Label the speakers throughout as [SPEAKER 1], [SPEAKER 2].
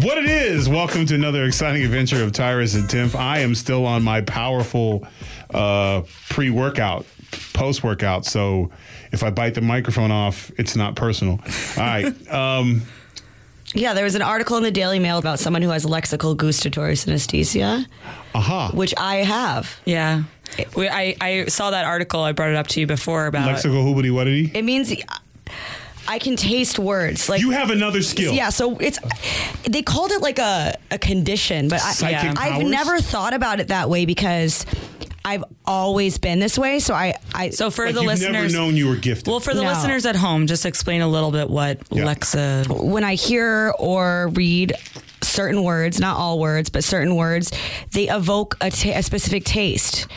[SPEAKER 1] What it is, welcome to another exciting adventure of Tyrus and Timp. I am still on my powerful uh, pre workout, post workout. So if I bite the microphone off, it's not personal. All right. Um,
[SPEAKER 2] Yeah, there was an article in the Daily Mail about someone who has lexical gustatory synesthesia,
[SPEAKER 1] aha.
[SPEAKER 2] which I have.
[SPEAKER 3] Yeah. We, I, I saw that article. I brought it up to you before about.
[SPEAKER 1] Lexical hoobity whatity.
[SPEAKER 2] It means I can taste words. Like
[SPEAKER 1] You have another skill.
[SPEAKER 2] Yeah, so it's they called it like a, a condition, but I,
[SPEAKER 1] Psychic
[SPEAKER 3] Yeah.
[SPEAKER 2] I've
[SPEAKER 1] powers?
[SPEAKER 2] never thought about it that way because I've always been this way. So I, I
[SPEAKER 3] so for
[SPEAKER 1] Like
[SPEAKER 3] the
[SPEAKER 1] you've
[SPEAKER 3] listeners,
[SPEAKER 1] never known you were gifted.
[SPEAKER 3] well, for the
[SPEAKER 2] No.
[SPEAKER 3] listeners at home, just explain a little bit what
[SPEAKER 1] Yeah.
[SPEAKER 3] Lexa.
[SPEAKER 2] when I hear or read certain words, not all words, but certain words, they evoke a ta- a specific taste.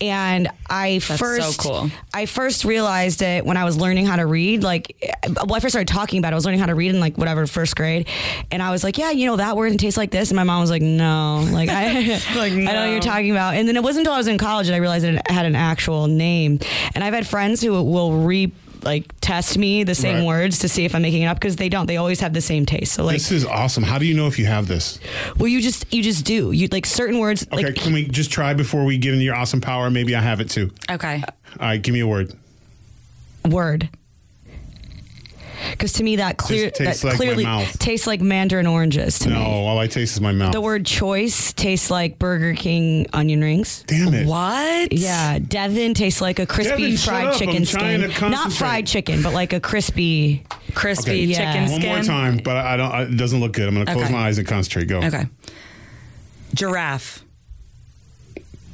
[SPEAKER 2] And I
[SPEAKER 3] That's so
[SPEAKER 2] first
[SPEAKER 3] cool.
[SPEAKER 2] I first realized it when I was learning how to read. Like, eh, well, I first started talking about it. I was learning how to read in like whatever first grade, and I was like, "Yeah, you know that word tastes like this." And my mom was like, "No, like I, I know what
[SPEAKER 3] no.
[SPEAKER 2] you're talking about." And then it wasn't until I was in college that I realized that it had an actual name. And I've had friends who will re like test me the same
[SPEAKER 1] Right.
[SPEAKER 2] words to see if I'm making it up because they don't. They always have the same taste. So like,
[SPEAKER 1] this is awesome. How do you know if you have this?
[SPEAKER 2] well, you just you just do you like certain words
[SPEAKER 1] Okay,
[SPEAKER 2] like.
[SPEAKER 1] can we just try before we get into your awesome power? Maybe I have it too.
[SPEAKER 3] Okay.
[SPEAKER 1] All right, give me a word.
[SPEAKER 2] word. Because to me, that clear
[SPEAKER 1] Just tastes
[SPEAKER 2] that
[SPEAKER 1] like my
[SPEAKER 2] clearly
[SPEAKER 1] mouth.
[SPEAKER 2] tastes like mandarin oranges. To
[SPEAKER 1] No,
[SPEAKER 2] me,
[SPEAKER 1] all I taste is my mouth.
[SPEAKER 2] the word choice tastes like Burger King onion rings.
[SPEAKER 1] Damn it.
[SPEAKER 3] What?
[SPEAKER 2] Yeah, Devon tastes like a crispy
[SPEAKER 1] Devin, shut
[SPEAKER 2] fried
[SPEAKER 1] up. I'm
[SPEAKER 2] chicken
[SPEAKER 1] trying to
[SPEAKER 2] skin. Not
[SPEAKER 1] concentrate.
[SPEAKER 2] fried chicken, but like a crispy.
[SPEAKER 3] Crispy
[SPEAKER 1] Okay.
[SPEAKER 2] Yeah.
[SPEAKER 3] chicken
[SPEAKER 1] One
[SPEAKER 3] skin.
[SPEAKER 1] more time, but I I don't. I, it doesn't look good. I'm going to close
[SPEAKER 3] Okay.
[SPEAKER 1] my eyes and concentrate. Go.
[SPEAKER 3] Okay. Giraffe.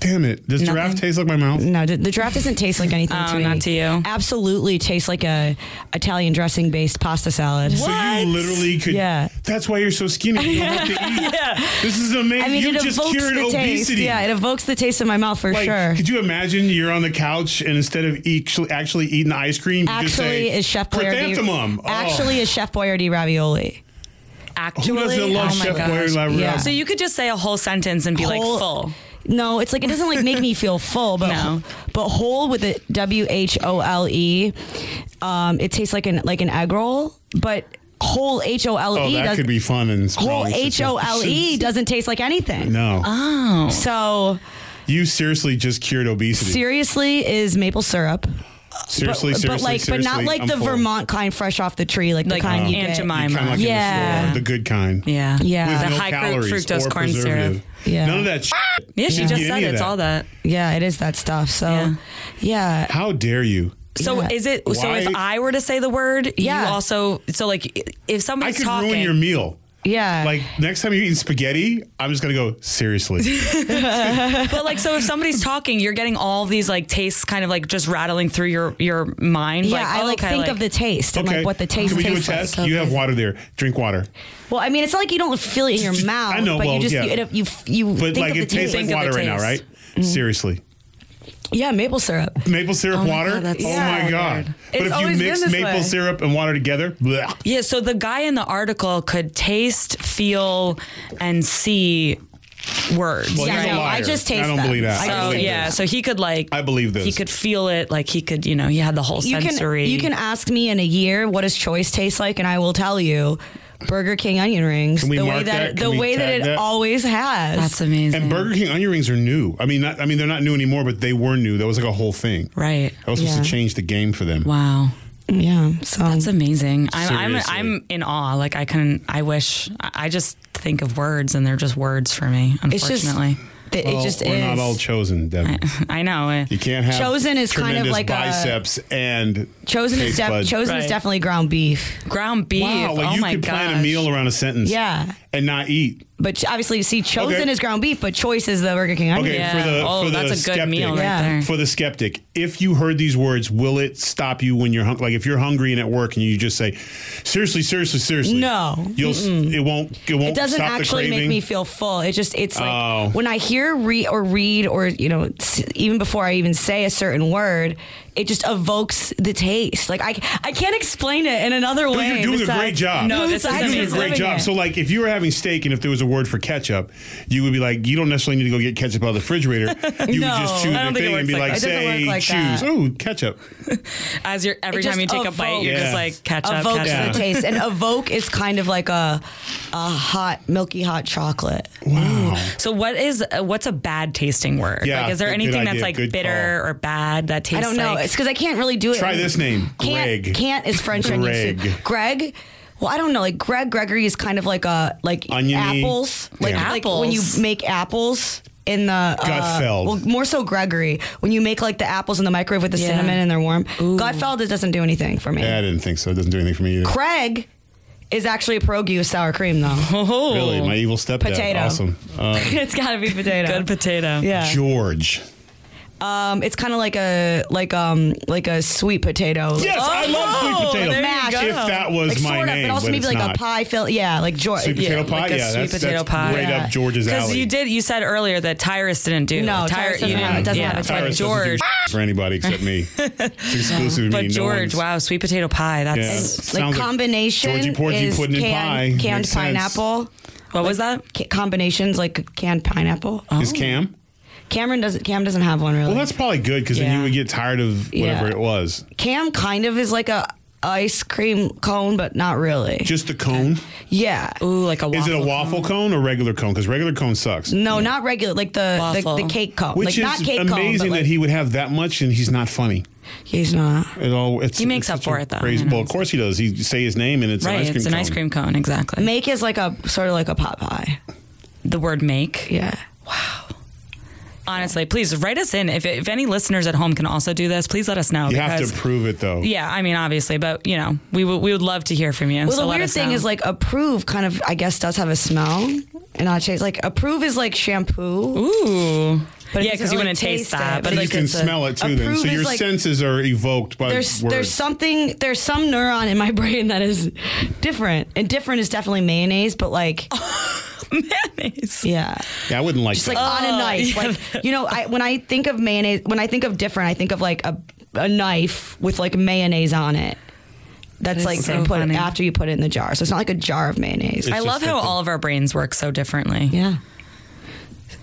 [SPEAKER 1] Damn it! Does giraffe
[SPEAKER 3] Nothing.
[SPEAKER 1] taste like my mouth?
[SPEAKER 2] No, the, the draft doesn't taste like anything
[SPEAKER 3] Oh,
[SPEAKER 2] to me.
[SPEAKER 3] not to you.
[SPEAKER 2] Absolutely tastes like a Italian dressing based pasta salad.
[SPEAKER 1] So you literally could.
[SPEAKER 2] Yeah.
[SPEAKER 1] That's why you're so skinny. You don't have to eat. This is amazing.
[SPEAKER 2] I mean,
[SPEAKER 1] you
[SPEAKER 2] it
[SPEAKER 1] just
[SPEAKER 2] evokes
[SPEAKER 1] cured
[SPEAKER 2] the taste.
[SPEAKER 1] obesity.
[SPEAKER 2] Yeah, it evokes the taste in my mouth for
[SPEAKER 1] like,
[SPEAKER 2] sure.
[SPEAKER 1] could you imagine you're on the couch and instead of actually, actually eating ice cream, you just
[SPEAKER 2] Actually,
[SPEAKER 1] say,
[SPEAKER 2] is Chef Boyardee.
[SPEAKER 1] "Chrysanthemum." Oh.
[SPEAKER 2] Actually, is Chef Boyardee ravioli.
[SPEAKER 3] Actually,
[SPEAKER 1] who doesn't love
[SPEAKER 3] oh my
[SPEAKER 1] Chef
[SPEAKER 3] gosh.
[SPEAKER 1] Boyardee?
[SPEAKER 2] Yeah.
[SPEAKER 3] So you could just say a whole sentence and be
[SPEAKER 2] Whole-
[SPEAKER 3] like full.
[SPEAKER 2] No, it's like it doesn't like make me feel full, but
[SPEAKER 3] No.
[SPEAKER 2] but whole with a W H O L E, um, it tastes like an like an egg roll, but whole H O L
[SPEAKER 1] Oh,
[SPEAKER 2] E
[SPEAKER 1] that
[SPEAKER 2] does
[SPEAKER 1] could be fun and
[SPEAKER 2] whole H O L E Uh-huh. doesn't taste like anything.
[SPEAKER 1] No,
[SPEAKER 2] So
[SPEAKER 1] you seriously just cured obesity.
[SPEAKER 2] seriously, is maple syrup,
[SPEAKER 1] seriously,
[SPEAKER 2] but,
[SPEAKER 1] seriously,
[SPEAKER 2] but like
[SPEAKER 1] seriously,
[SPEAKER 2] but not like
[SPEAKER 1] I'm
[SPEAKER 2] the
[SPEAKER 1] full. um,
[SPEAKER 2] Vermont kind, fresh off the tree, like,
[SPEAKER 3] Like
[SPEAKER 2] the kind you
[SPEAKER 3] Aunt
[SPEAKER 2] get.
[SPEAKER 3] Jemima.
[SPEAKER 1] Kind of like in the
[SPEAKER 2] Yeah.
[SPEAKER 1] store, the good kind.
[SPEAKER 3] Yeah.
[SPEAKER 2] Yeah.
[SPEAKER 1] With
[SPEAKER 3] The
[SPEAKER 1] no
[SPEAKER 3] high fruct-
[SPEAKER 1] calories
[SPEAKER 3] fructose
[SPEAKER 1] or
[SPEAKER 3] corn
[SPEAKER 1] preservative.
[SPEAKER 3] syrup.
[SPEAKER 2] Yeah.
[SPEAKER 1] None of that. Shit.
[SPEAKER 3] Yeah,
[SPEAKER 1] You
[SPEAKER 3] she just
[SPEAKER 1] get
[SPEAKER 3] said
[SPEAKER 1] any of
[SPEAKER 3] it's all that.
[SPEAKER 2] Yeah, it is that stuff. So
[SPEAKER 3] Yeah.
[SPEAKER 2] yeah.
[SPEAKER 1] How dare you?
[SPEAKER 3] So
[SPEAKER 2] Yeah.
[SPEAKER 3] is it? So
[SPEAKER 1] Why-
[SPEAKER 3] if I were to say the word,
[SPEAKER 2] Yeah.
[SPEAKER 3] you also. So like, if
[SPEAKER 1] I
[SPEAKER 3] somebody's
[SPEAKER 1] could
[SPEAKER 3] talking,
[SPEAKER 1] ruin your meal.
[SPEAKER 2] Yeah.
[SPEAKER 1] Like next time you're eating spaghetti, I'm just gonna go seriously.
[SPEAKER 3] But like, so if somebody's talking, you're getting all these like tastes, kind of like just rattling through your your mind.
[SPEAKER 2] yeah,
[SPEAKER 3] like,
[SPEAKER 2] I
[SPEAKER 3] oh,
[SPEAKER 2] like
[SPEAKER 3] okay,
[SPEAKER 2] think
[SPEAKER 3] like-
[SPEAKER 2] of the taste and like what the taste
[SPEAKER 1] Can we do a
[SPEAKER 2] tastes
[SPEAKER 1] test?
[SPEAKER 2] like.
[SPEAKER 1] You have water there. Drink water.
[SPEAKER 2] Well, I mean, it's not like you don't feel it in your mouth.
[SPEAKER 1] I know,
[SPEAKER 2] but
[SPEAKER 1] well,
[SPEAKER 2] you just
[SPEAKER 1] yeah.
[SPEAKER 2] you, you you
[SPEAKER 1] But
[SPEAKER 2] think
[SPEAKER 1] like
[SPEAKER 2] of the
[SPEAKER 1] it tastes
[SPEAKER 2] taste.
[SPEAKER 1] like water
[SPEAKER 3] Think of
[SPEAKER 1] right
[SPEAKER 3] the
[SPEAKER 1] now, right?
[SPEAKER 3] taste.
[SPEAKER 1] Seriously.
[SPEAKER 2] yeah, maple syrup.
[SPEAKER 1] Maple syrup water?
[SPEAKER 3] God, that's
[SPEAKER 1] oh
[SPEAKER 3] so
[SPEAKER 1] my
[SPEAKER 3] weird.
[SPEAKER 1] god.
[SPEAKER 2] It's
[SPEAKER 1] but if you
[SPEAKER 2] always been
[SPEAKER 1] mix
[SPEAKER 2] this
[SPEAKER 1] maple
[SPEAKER 2] way.
[SPEAKER 1] syrup and water together, blech.
[SPEAKER 3] Yeah, so the guy in the article could taste, feel, and see words.
[SPEAKER 1] Well,
[SPEAKER 2] Yeah,
[SPEAKER 1] he's a
[SPEAKER 2] no, I
[SPEAKER 1] liar.
[SPEAKER 2] just taste
[SPEAKER 1] I don't
[SPEAKER 2] them.
[SPEAKER 1] believe that.
[SPEAKER 2] I
[SPEAKER 1] I
[SPEAKER 3] so
[SPEAKER 1] believe
[SPEAKER 3] yeah,
[SPEAKER 1] this.
[SPEAKER 3] so he could like
[SPEAKER 1] I believe this.
[SPEAKER 3] He could feel it, like he could, you know, he had the whole
[SPEAKER 2] You
[SPEAKER 3] sensory.
[SPEAKER 2] can you can ask me in a year what does choice taste like, and I will tell you. Burger King onion rings.
[SPEAKER 1] we
[SPEAKER 2] the
[SPEAKER 1] mark
[SPEAKER 2] way
[SPEAKER 1] that?
[SPEAKER 2] that,
[SPEAKER 1] Can
[SPEAKER 2] the
[SPEAKER 1] we
[SPEAKER 2] way that
[SPEAKER 1] tag
[SPEAKER 2] it
[SPEAKER 1] that?
[SPEAKER 2] always has.
[SPEAKER 3] That's amazing.
[SPEAKER 1] And Burger King onion rings are new. I mean, not, I mean they're not new anymore, but they were new. That was like a whole thing.
[SPEAKER 3] right?
[SPEAKER 1] I was supposed to
[SPEAKER 2] Yeah.
[SPEAKER 1] change the game for them.
[SPEAKER 3] Wow,
[SPEAKER 2] yeah. So
[SPEAKER 3] it's amazing. I'm I'm,
[SPEAKER 1] Seriously.
[SPEAKER 3] I'm in awe. Like I can, I wish. I I just think of words, and they're just words for me.
[SPEAKER 2] it's just
[SPEAKER 3] Unfortunately,
[SPEAKER 2] it, it
[SPEAKER 1] Well,
[SPEAKER 2] just
[SPEAKER 1] we're
[SPEAKER 2] is.
[SPEAKER 1] not all chosen, Devin.
[SPEAKER 3] I know. eh.
[SPEAKER 1] You can't have
[SPEAKER 2] Chosen is kind of
[SPEAKER 1] tremendous
[SPEAKER 2] like a-
[SPEAKER 1] biceps and
[SPEAKER 2] chosen is
[SPEAKER 1] taste
[SPEAKER 2] def-
[SPEAKER 1] buds.
[SPEAKER 2] chosen
[SPEAKER 3] Right.
[SPEAKER 2] is definitely ground beef.
[SPEAKER 3] Ground beef.
[SPEAKER 1] Wow, like
[SPEAKER 3] oh
[SPEAKER 1] you
[SPEAKER 3] my
[SPEAKER 1] could
[SPEAKER 3] gosh.
[SPEAKER 1] plan a meal around a sentence.
[SPEAKER 2] Yeah.
[SPEAKER 1] And not eat.
[SPEAKER 2] But ch- obviously, see, chosen
[SPEAKER 1] Okay.
[SPEAKER 2] is ground beef, but choice is the Burger King onion.
[SPEAKER 1] Okay,
[SPEAKER 3] Yeah.
[SPEAKER 1] for the
[SPEAKER 3] Oh,
[SPEAKER 1] for the
[SPEAKER 3] that's a good
[SPEAKER 1] skeptic,
[SPEAKER 3] meal right
[SPEAKER 2] Yeah. there.
[SPEAKER 1] For the skeptic, if you heard these words, will it stop you when you're hung- like if you're hungry and at work and you just say, seriously, seriously, seriously?
[SPEAKER 2] No.
[SPEAKER 1] you'll s- it won't it won't
[SPEAKER 2] It doesn't
[SPEAKER 1] stop the
[SPEAKER 2] actually
[SPEAKER 1] craving.
[SPEAKER 2] make me feel full. It just it's like
[SPEAKER 1] Oh.
[SPEAKER 2] when I hear re- or read or you know s- even before I even say a certain word, it just evokes the taste. Like I I can't explain it in another
[SPEAKER 1] No,
[SPEAKER 2] way.
[SPEAKER 1] you're doing a
[SPEAKER 2] besides-
[SPEAKER 1] great job.
[SPEAKER 3] No, this is
[SPEAKER 2] besides
[SPEAKER 1] you're doing a
[SPEAKER 2] just
[SPEAKER 1] great
[SPEAKER 2] living
[SPEAKER 1] job.
[SPEAKER 2] it.
[SPEAKER 1] So, like, if you were having steak and if there was a word for ketchup, you would be like, you don't necessarily need to go get ketchup out of the refrigerator. You
[SPEAKER 2] No,
[SPEAKER 1] would just choose
[SPEAKER 2] I
[SPEAKER 1] the
[SPEAKER 3] don't think it
[SPEAKER 1] thing and
[SPEAKER 3] works
[SPEAKER 1] be
[SPEAKER 3] like
[SPEAKER 1] like,
[SPEAKER 3] that.
[SPEAKER 2] It doesn't
[SPEAKER 1] say,
[SPEAKER 2] work like
[SPEAKER 1] choose.
[SPEAKER 2] that.
[SPEAKER 1] Oh, ketchup.
[SPEAKER 3] As you're every
[SPEAKER 2] It
[SPEAKER 3] time
[SPEAKER 2] just
[SPEAKER 3] you take a bite, you're
[SPEAKER 1] evokes-
[SPEAKER 3] just like catch up,
[SPEAKER 2] evokes
[SPEAKER 3] catch up.
[SPEAKER 2] the taste, and evoke is kind of like a a hot milky hot chocolate.
[SPEAKER 1] Wow.
[SPEAKER 3] So what is uh, what's a bad tasting word?
[SPEAKER 1] Yeah,
[SPEAKER 3] like is there
[SPEAKER 1] good- good
[SPEAKER 3] anything
[SPEAKER 1] idea,
[SPEAKER 3] that's like
[SPEAKER 1] good
[SPEAKER 3] bitter or bad that tastes
[SPEAKER 2] I don't know.
[SPEAKER 3] like
[SPEAKER 2] it's because I can't really do it.
[SPEAKER 1] Try this name,
[SPEAKER 2] Can't,
[SPEAKER 1] Greg.
[SPEAKER 2] Can't is French on
[SPEAKER 1] Greg.
[SPEAKER 2] YouTube. Greg. Well, I don't know. Like Greg Gregory is kind of like a like
[SPEAKER 1] Oniony.
[SPEAKER 2] apples. Like,
[SPEAKER 1] Yeah.
[SPEAKER 2] like when you
[SPEAKER 3] Apples.
[SPEAKER 2] make apples in the uh,
[SPEAKER 1] Gutfeld.
[SPEAKER 2] Well, more so Gregory when you make like the apples in the microwave with the
[SPEAKER 3] Yeah.
[SPEAKER 2] cinnamon and they're warm. Godfeld it doesn't do anything for me.
[SPEAKER 1] Yeah, I didn't think so. It doesn't do anything for me either.
[SPEAKER 2] Craig is actually a pierogi with sour cream though.
[SPEAKER 3] oh,
[SPEAKER 1] Really, my evil stepdad.
[SPEAKER 2] Potato.
[SPEAKER 1] Awesome. Uh,
[SPEAKER 2] it's gotta be potato.
[SPEAKER 3] good potato.
[SPEAKER 2] Yeah.
[SPEAKER 1] George.
[SPEAKER 2] Um, it's kind of like a like um like a sweet potato.
[SPEAKER 1] Yes, I love sweet
[SPEAKER 3] Oh,
[SPEAKER 1] potato.
[SPEAKER 3] there you
[SPEAKER 2] Mash. go.
[SPEAKER 1] If that was
[SPEAKER 2] like
[SPEAKER 1] my
[SPEAKER 2] sort of,
[SPEAKER 1] name,
[SPEAKER 2] but also maybe
[SPEAKER 1] it's
[SPEAKER 2] like
[SPEAKER 1] not.
[SPEAKER 2] a pie fill. Yeah, like joy.
[SPEAKER 1] Sweet potato
[SPEAKER 3] Yeah,
[SPEAKER 1] pie.
[SPEAKER 3] like a
[SPEAKER 1] yeah,
[SPEAKER 3] sweet
[SPEAKER 1] that's,
[SPEAKER 3] potato
[SPEAKER 1] that's
[SPEAKER 3] pie.
[SPEAKER 1] right
[SPEAKER 2] Yeah.
[SPEAKER 1] up George's
[SPEAKER 3] Because
[SPEAKER 1] alley.
[SPEAKER 3] you did, you said earlier that Tyrus didn't do.
[SPEAKER 2] No,
[SPEAKER 3] Tyra-
[SPEAKER 2] Tyrus doesn't
[SPEAKER 3] you-
[SPEAKER 2] have- it doesn't
[SPEAKER 3] yeah.
[SPEAKER 2] have a
[SPEAKER 3] But
[SPEAKER 2] potato.
[SPEAKER 1] Tyrus doesn't
[SPEAKER 3] George,
[SPEAKER 1] give a for anybody except me. It's exclusive to
[SPEAKER 3] but
[SPEAKER 1] me. No
[SPEAKER 3] George,
[SPEAKER 1] one's-
[SPEAKER 3] wow, sweet potato pie.
[SPEAKER 1] Yeah.
[SPEAKER 3] That's
[SPEAKER 1] Sounds
[SPEAKER 2] like
[SPEAKER 1] like
[SPEAKER 2] combination
[SPEAKER 1] Georgie Porgy
[SPEAKER 2] is
[SPEAKER 1] pudding in
[SPEAKER 2] canned,
[SPEAKER 1] pie.
[SPEAKER 2] canned
[SPEAKER 1] Makes sense.
[SPEAKER 2] pineapple.
[SPEAKER 3] what was that?
[SPEAKER 2] Ca- combinations like canned pineapple. Oh.
[SPEAKER 1] Is Cam?
[SPEAKER 2] Cameron doesn't. Cam doesn't have one really.
[SPEAKER 1] Well, that's probably good because then
[SPEAKER 3] Yeah.
[SPEAKER 1] you would get tired of whatever
[SPEAKER 2] Yeah.
[SPEAKER 1] it was.
[SPEAKER 2] Cam kind of is like a ice cream cone, but not really.
[SPEAKER 1] Just the cone.
[SPEAKER 2] yeah.
[SPEAKER 3] Ooh, like a waffle.
[SPEAKER 1] Is it a waffle cone or regular cone? Because regular cone sucks.
[SPEAKER 2] No, not regular. Like the
[SPEAKER 3] Waffle.
[SPEAKER 2] the, the cake cone.
[SPEAKER 1] Which
[SPEAKER 2] like not
[SPEAKER 1] is
[SPEAKER 2] cake
[SPEAKER 1] amazing
[SPEAKER 2] cone, but
[SPEAKER 1] that
[SPEAKER 2] like,
[SPEAKER 1] he would have that much and he's not funny.
[SPEAKER 2] he's not.
[SPEAKER 1] It all it's,
[SPEAKER 3] He makes
[SPEAKER 1] it's
[SPEAKER 3] up
[SPEAKER 1] such
[SPEAKER 3] for
[SPEAKER 1] a
[SPEAKER 3] it, though,
[SPEAKER 1] crazy-
[SPEAKER 3] you know.
[SPEAKER 1] well, of course he does. He you say his name and it's an
[SPEAKER 3] Right,
[SPEAKER 1] ice cream
[SPEAKER 3] it's an
[SPEAKER 1] cone.
[SPEAKER 3] ice cream cone. Exactly.
[SPEAKER 2] Make is like a sort of like a pot pie.
[SPEAKER 3] the word make.
[SPEAKER 2] Yeah.
[SPEAKER 3] Honestly, please write us in. If, if any listeners at home can also do this, please let us know.
[SPEAKER 1] You have
[SPEAKER 3] because,
[SPEAKER 1] to prove it though.
[SPEAKER 3] yeah, I mean, obviously, but you know, we would we would love to hear from you.
[SPEAKER 2] Well,
[SPEAKER 3] so
[SPEAKER 2] the
[SPEAKER 3] let
[SPEAKER 2] weird
[SPEAKER 3] us
[SPEAKER 2] thing
[SPEAKER 3] know.
[SPEAKER 2] is like approve kind of I guess does have a smell and not taste. Like approve is like shampoo.
[SPEAKER 3] Ooh.
[SPEAKER 2] But it doesn't
[SPEAKER 3] yeah, because
[SPEAKER 2] really
[SPEAKER 3] you wouldn't
[SPEAKER 2] taste
[SPEAKER 3] taste that.
[SPEAKER 2] it,
[SPEAKER 3] But
[SPEAKER 2] but
[SPEAKER 1] you
[SPEAKER 3] like,
[SPEAKER 1] can
[SPEAKER 3] it's a-
[SPEAKER 1] smell it too. Then,
[SPEAKER 2] approve
[SPEAKER 1] so
[SPEAKER 2] is
[SPEAKER 1] your
[SPEAKER 2] like-
[SPEAKER 1] senses are evoked by
[SPEAKER 2] there's
[SPEAKER 1] words.
[SPEAKER 2] there's something there's some neuron in my brain that is different and different is definitely mayonnaise but like
[SPEAKER 3] mayonnaise.
[SPEAKER 2] yeah
[SPEAKER 1] yeah, I wouldn't like
[SPEAKER 2] just
[SPEAKER 1] that.
[SPEAKER 2] like on
[SPEAKER 3] Oh,
[SPEAKER 2] a knife like you know I when I think of mayonnaise when I think of different I think of like a, a knife with like mayonnaise on it that's
[SPEAKER 3] is
[SPEAKER 2] like
[SPEAKER 3] so
[SPEAKER 2] you put
[SPEAKER 3] funny.
[SPEAKER 2] it after you put it in the jar so it's not like a jar of mayonnaise
[SPEAKER 3] I
[SPEAKER 1] It's
[SPEAKER 3] love
[SPEAKER 1] just
[SPEAKER 3] how
[SPEAKER 1] like the-
[SPEAKER 3] all of our brains work so differently.
[SPEAKER 2] yeah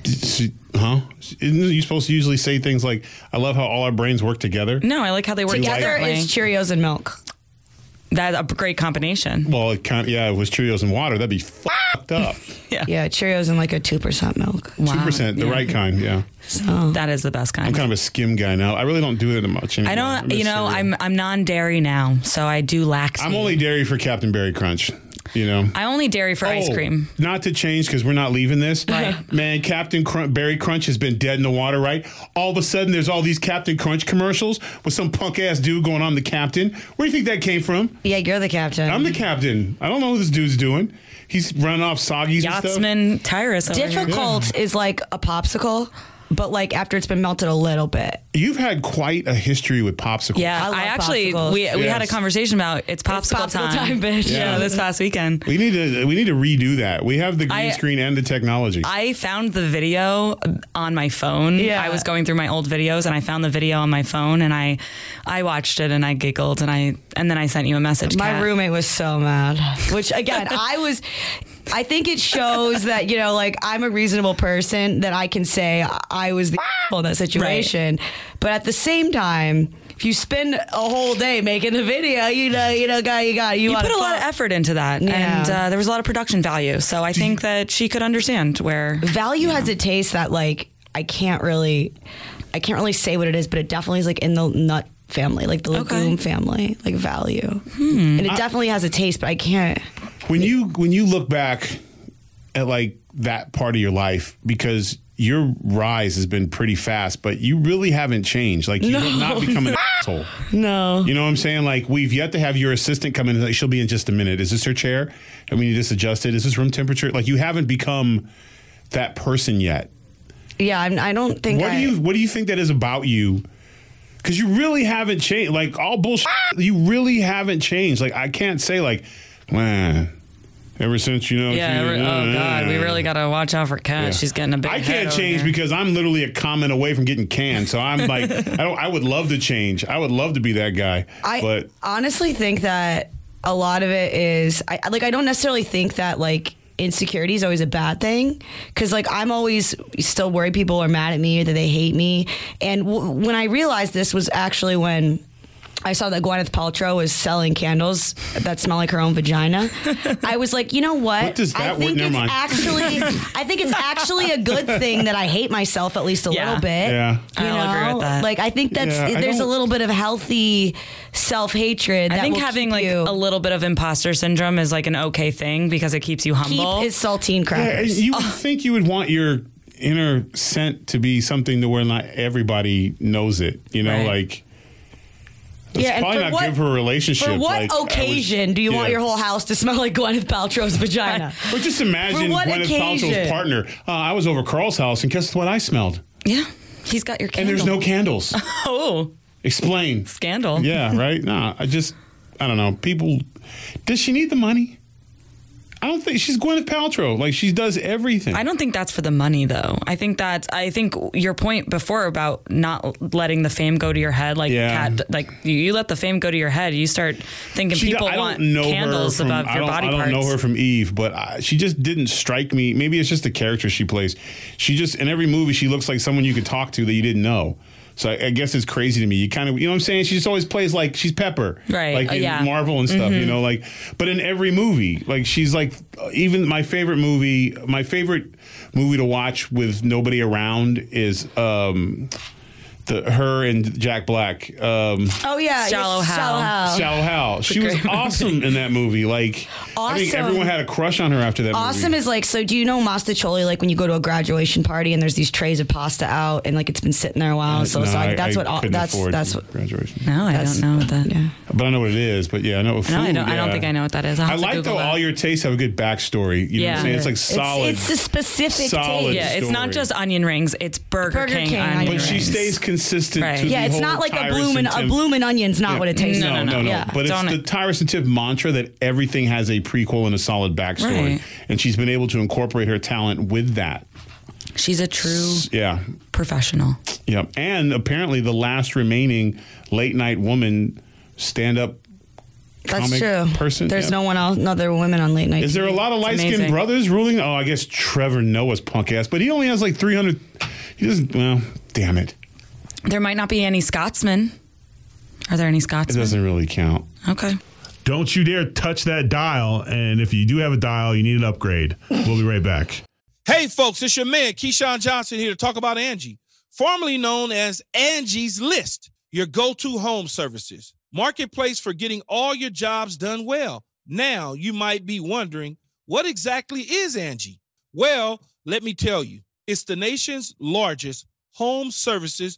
[SPEAKER 1] She- huh? Isn't you supposed to usually say things like, "I love how all our brains work together"?
[SPEAKER 3] No, I like how they work
[SPEAKER 1] Together
[SPEAKER 2] together
[SPEAKER 3] differently.
[SPEAKER 2] is Cheerios and milk
[SPEAKER 3] That's a great combination.
[SPEAKER 1] Well, it kind of, yeah, it was Cheerios and water. That'd be fucked up.
[SPEAKER 2] yeah Cheerios and like a two percent milk
[SPEAKER 1] Two percent, the
[SPEAKER 3] Yeah.
[SPEAKER 1] right kind. Yeah,
[SPEAKER 3] That is the best kind.
[SPEAKER 1] I'm kind of a skim guy now. I really don't do it much. Anymore.
[SPEAKER 3] I
[SPEAKER 1] I'm
[SPEAKER 3] don't,
[SPEAKER 1] just
[SPEAKER 3] you know,
[SPEAKER 1] cereal.
[SPEAKER 3] I'm I'm non-dairy now, so I do lactose.
[SPEAKER 1] I'm only dairy for Captain Berry Crunch. You know.
[SPEAKER 3] I only dairy for ice
[SPEAKER 1] Oh,
[SPEAKER 3] cream.
[SPEAKER 1] Not to change because we're not leaving this.
[SPEAKER 3] Right.
[SPEAKER 1] Man, Captain Crunch, Berry Crunch has been dead in the water, right? All of a sudden, there's all these Captain Crunch commercials with some punk ass dude going, I'm the captain. Where do you think that came from?
[SPEAKER 2] yeah you're the captain
[SPEAKER 1] I'm the captain. I don't know what this dude's doing. He's running off soggies and stuff.
[SPEAKER 3] Yachtsman Tyrus. over here.
[SPEAKER 2] Difficult is like a popsicle, but like after it's been melted a little bit.
[SPEAKER 1] You've had quite a history with popsicles.
[SPEAKER 3] Yeah,
[SPEAKER 2] I love
[SPEAKER 3] I, actually
[SPEAKER 2] popsicles.
[SPEAKER 3] we we had a
[SPEAKER 1] Yes.
[SPEAKER 3] conversation about it's popsicle,
[SPEAKER 2] popsicle time, bitch.
[SPEAKER 3] Yeah.
[SPEAKER 1] Yeah.
[SPEAKER 3] this past weekend.
[SPEAKER 1] We need to we need to redo that. We have the green
[SPEAKER 3] I-
[SPEAKER 1] screen and the technology.
[SPEAKER 3] I found the video on my phone.
[SPEAKER 2] Yeah.
[SPEAKER 3] I was going through my old videos and I found the video on my phone and I I watched it and I giggled and I and then I sent you a message.
[SPEAKER 2] My
[SPEAKER 3] Kat.
[SPEAKER 2] roommate was so mad, which again, I was. I think it shows that you know, like I'm a reasonable person that I can say I- I was
[SPEAKER 3] Ah!
[SPEAKER 2] the in that situation, but at the same time, if you spend a whole day making the video, you know, you know, guy, you got you,
[SPEAKER 3] You
[SPEAKER 2] wanna
[SPEAKER 3] put a lot of
[SPEAKER 2] fuck.
[SPEAKER 3] effort into that,
[SPEAKER 2] Yeah.
[SPEAKER 3] and uh, there was a lot of production value. So I think that she could understand where.
[SPEAKER 2] Value has a taste that like I can't really, I can't really say what it is, but it definitely is like in the nut family, like the
[SPEAKER 3] Okay.
[SPEAKER 2] legume family, like value,
[SPEAKER 1] Hmm.
[SPEAKER 2] and it definitely has a taste, but I can't.
[SPEAKER 1] when you when you look back at like that part of your life because your rise has been pretty fast, but you really haven't changed. Like you have not become an asshole.
[SPEAKER 2] No.
[SPEAKER 1] You know what I'm saying? Like we've yet to have your assistant come in. and Like she'll be in just a minute. Is this her chair? I mean, this adjusted. Is this room temperature? Like you haven't become that person yet.
[SPEAKER 2] Yeah, I'm, I don't think.
[SPEAKER 1] What
[SPEAKER 2] I-
[SPEAKER 1] do you What do you think that is about you? Because you really haven't changed. Like all bullshit,
[SPEAKER 3] Ah!
[SPEAKER 1] you really haven't changed. Like I can't say like, man. Ever since you know,
[SPEAKER 3] Yeah.
[SPEAKER 1] you-
[SPEAKER 3] we're- oh God, we really gotta watch out for Kat. She's getting a big.
[SPEAKER 1] I
[SPEAKER 3] head
[SPEAKER 1] can't
[SPEAKER 3] over
[SPEAKER 1] change
[SPEAKER 3] here.
[SPEAKER 1] because I'm literally a comment away from getting canned. So I'm like, I don't. I would love to change. I would love to be that guy.
[SPEAKER 2] I
[SPEAKER 1] but
[SPEAKER 2] honestly think that a lot of it is I like I don't necessarily think that like insecurity is always a bad thing because like I'm always still worried people are mad at me or that they hate me. And w- when I realized this was actually when. I saw that Gwyneth Paltrow was selling candles that smell like her own vagina. I was like, you know what?
[SPEAKER 1] What does
[SPEAKER 2] I
[SPEAKER 1] that-
[SPEAKER 2] think
[SPEAKER 1] never
[SPEAKER 2] it's
[SPEAKER 1] mind.
[SPEAKER 2] actually, I think it's actually a good thing that I hate myself at least a
[SPEAKER 3] Yeah.
[SPEAKER 2] little bit.
[SPEAKER 1] Yeah.
[SPEAKER 3] I'll agree with that.
[SPEAKER 2] Like I think that's
[SPEAKER 1] Yeah, I
[SPEAKER 2] there's a
[SPEAKER 1] don't-
[SPEAKER 2] little bit of healthy self hatred.
[SPEAKER 3] I think having like a little bit of imposter syndome is like an okay thing because it keeps you humble.
[SPEAKER 2] keep his saltine
[SPEAKER 1] Yeah,
[SPEAKER 2] crackers.
[SPEAKER 1] you would think you would want your inner scent to be something to where not everybody knows it. You know,
[SPEAKER 3] Right.
[SPEAKER 1] like it's
[SPEAKER 2] Yeah, and
[SPEAKER 1] probably
[SPEAKER 2] for
[SPEAKER 1] not
[SPEAKER 2] what-
[SPEAKER 1] good for a relationship.
[SPEAKER 2] For what
[SPEAKER 1] like, I would-
[SPEAKER 2] occasion do you want
[SPEAKER 1] yeah.
[SPEAKER 2] your whole house to smell like Gwyneth Paltrow's vagina?
[SPEAKER 1] But just imagine
[SPEAKER 2] For what
[SPEAKER 1] Gwyneth Paltrow's
[SPEAKER 2] occasion?
[SPEAKER 1] partner. Uh, I was over Carl's house, and guess what? I smelled.
[SPEAKER 3] yeah, he's got your
[SPEAKER 1] And
[SPEAKER 3] candle.
[SPEAKER 1] there's no candles.
[SPEAKER 3] oh
[SPEAKER 1] Explain.
[SPEAKER 3] scandal.
[SPEAKER 1] Yeah, right. Nah, I just, I don't know. People, does she need the money? I don't think she's Gwyneth Paltrow. Like she does everything.
[SPEAKER 3] I don't think that's for the money though. I think that's I think your point before about not letting the fame go to your head, like
[SPEAKER 1] Yeah.
[SPEAKER 3] Kat- like you, you let the fame go to your head, you start thinking
[SPEAKER 1] She-
[SPEAKER 3] people
[SPEAKER 1] I
[SPEAKER 3] want
[SPEAKER 1] don't know
[SPEAKER 3] candles
[SPEAKER 1] her from,
[SPEAKER 3] above
[SPEAKER 1] I
[SPEAKER 3] your
[SPEAKER 1] don't-
[SPEAKER 3] body
[SPEAKER 1] I don't
[SPEAKER 3] parts.
[SPEAKER 1] know her from Eve, but I, she just didn't strike me. Maybe it's just the character she plays. She just in every movie she looks like someone you could talk to that you didn't know. So I, I guess it's crazy to me. You kind of you know what I'm saying. She just always plays like she's Pepper,
[SPEAKER 3] Right,
[SPEAKER 1] Like
[SPEAKER 3] uh,
[SPEAKER 1] in
[SPEAKER 3] yeah. Mm-hmm.
[SPEAKER 1] Marvel and stuff, you know. Like, but in every movie, like she's like uh, even my favorite movie. My favorite movie to watch with nobody around is. um the, her and Jack Black. Um,
[SPEAKER 2] Oh yeah,
[SPEAKER 3] Shallow
[SPEAKER 2] yes,
[SPEAKER 3] Hal.
[SPEAKER 2] Shallow Hal.
[SPEAKER 1] Shallow Hal. She was
[SPEAKER 3] Oh. great movie.
[SPEAKER 1] awesome in that movie. Like, I think
[SPEAKER 2] Awesome.
[SPEAKER 1] everyone had a crush on her after that
[SPEAKER 2] Awesome
[SPEAKER 1] movie.
[SPEAKER 2] is like so. Do you know mastacholi? Like when you go to a graduation party and there's these trays of pasta out and like it's been sitting there a while. so it's
[SPEAKER 1] Uh, No,
[SPEAKER 2] like
[SPEAKER 1] I-
[SPEAKER 2] that's
[SPEAKER 1] I
[SPEAKER 2] what all,
[SPEAKER 1] couldn't
[SPEAKER 2] that's
[SPEAKER 1] afford
[SPEAKER 2] that's what.
[SPEAKER 1] graduation.
[SPEAKER 3] No, I don't know what that.
[SPEAKER 2] Yeah.
[SPEAKER 1] But I know what it is. But yeah, I know. Food,
[SPEAKER 3] I don't- I don't
[SPEAKER 1] yeah.
[SPEAKER 3] think I know what that is. I'll have
[SPEAKER 1] I
[SPEAKER 3] to
[SPEAKER 1] like
[SPEAKER 3] Google
[SPEAKER 1] though
[SPEAKER 3] that.
[SPEAKER 1] all your tastes have a good backstory. You know what
[SPEAKER 3] Yeah.
[SPEAKER 1] I'm saying? It's like solid.
[SPEAKER 2] It's, it's a specific
[SPEAKER 1] Solid.
[SPEAKER 2] taste.
[SPEAKER 3] Yeah, it's
[SPEAKER 1] story.
[SPEAKER 3] not just onion rings; it's Burger,
[SPEAKER 2] Burger
[SPEAKER 3] King,
[SPEAKER 2] King
[SPEAKER 3] onion
[SPEAKER 2] onion
[SPEAKER 1] but
[SPEAKER 3] rings.
[SPEAKER 2] rings.
[SPEAKER 1] she stays consistent
[SPEAKER 3] Right.
[SPEAKER 1] to
[SPEAKER 2] Yeah,
[SPEAKER 1] the
[SPEAKER 2] it's
[SPEAKER 1] whole
[SPEAKER 2] not like a
[SPEAKER 1] Tyrus and
[SPEAKER 2] bloomin' a
[SPEAKER 1] Tim-
[SPEAKER 2] bloomin' onion's not what it tastes
[SPEAKER 1] no,
[SPEAKER 3] no,
[SPEAKER 1] no,
[SPEAKER 3] no,
[SPEAKER 1] no,
[SPEAKER 3] yeah.
[SPEAKER 1] But it's
[SPEAKER 3] Don't
[SPEAKER 1] the
[SPEAKER 3] it-
[SPEAKER 1] Tyrus and Tiff mantra that everything has a prequel and a solid backstory,
[SPEAKER 3] Right.
[SPEAKER 1] and she's been able to incorporate her talent with that.
[SPEAKER 3] She's a true
[SPEAKER 1] Yeah,
[SPEAKER 3] professional.
[SPEAKER 1] Yep. And apparently the last remaining late night woman stand up
[SPEAKER 2] That's
[SPEAKER 1] comic
[SPEAKER 2] true.
[SPEAKER 1] person,
[SPEAKER 2] There's
[SPEAKER 1] yeah.
[SPEAKER 2] no one else. No other women on late night.
[SPEAKER 1] is there a lot of light skinned
[SPEAKER 3] amazing.
[SPEAKER 1] brothers ruling? Oh, I guess Trevor Noah's punk ass, but he only has like 300. He doesn't, well, damn it.
[SPEAKER 3] There might not be any Scotsmen. Are there any
[SPEAKER 1] It
[SPEAKER 3] Scotsmen?
[SPEAKER 1] doesn't really count.
[SPEAKER 3] Okay.
[SPEAKER 1] Don't you dare touch that dial. And if you do have a dial, you need an upgrade. We'll be right back.
[SPEAKER 4] Hey, folks, it's your man, Keyshawn Johnson, here to talk about Angie, formerly known as Angie's List, your go to home services, marketplace for getting all your jobs done well. Now, you might be wondering, what exactly is Angie? Well, let me tell you, it's the nation's largest home services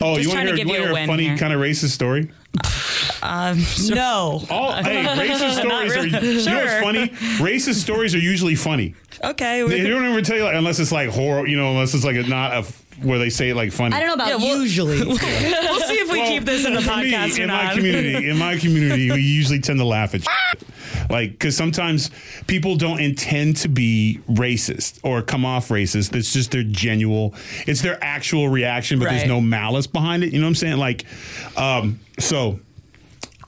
[SPEAKER 1] Oh, you
[SPEAKER 3] Just
[SPEAKER 1] want
[SPEAKER 3] trying
[SPEAKER 1] to hear,
[SPEAKER 3] to give
[SPEAKER 1] you wanna
[SPEAKER 3] you a
[SPEAKER 1] hear a
[SPEAKER 3] win
[SPEAKER 1] funny
[SPEAKER 3] here.
[SPEAKER 1] kind of racist story?
[SPEAKER 3] Um,
[SPEAKER 2] No.
[SPEAKER 1] All hey, racist
[SPEAKER 3] Not
[SPEAKER 1] stories are.
[SPEAKER 3] really.
[SPEAKER 1] You know what's
[SPEAKER 3] Sure.
[SPEAKER 1] funny? Racist stories are usually funny.
[SPEAKER 3] Okay.
[SPEAKER 1] They
[SPEAKER 3] we-
[SPEAKER 1] don't ever tell you like, unless it's like horror. You know, unless it's like a, not a where they say it like funny.
[SPEAKER 2] I don't know about
[SPEAKER 3] Yeah, well-
[SPEAKER 2] usually.
[SPEAKER 3] We'll see if we
[SPEAKER 1] Well,
[SPEAKER 3] keep this in the
[SPEAKER 1] for me,
[SPEAKER 3] podcast or
[SPEAKER 1] in my
[SPEAKER 3] not.
[SPEAKER 1] community, in my community, we usually tend to laugh at shit. like because sometimes people don't intend to be racist or come off racist. It's just their genuine, it's their actual reaction, but there's
[SPEAKER 3] Right.
[SPEAKER 1] no malice behind it. You know what I'm saying? Like, um, so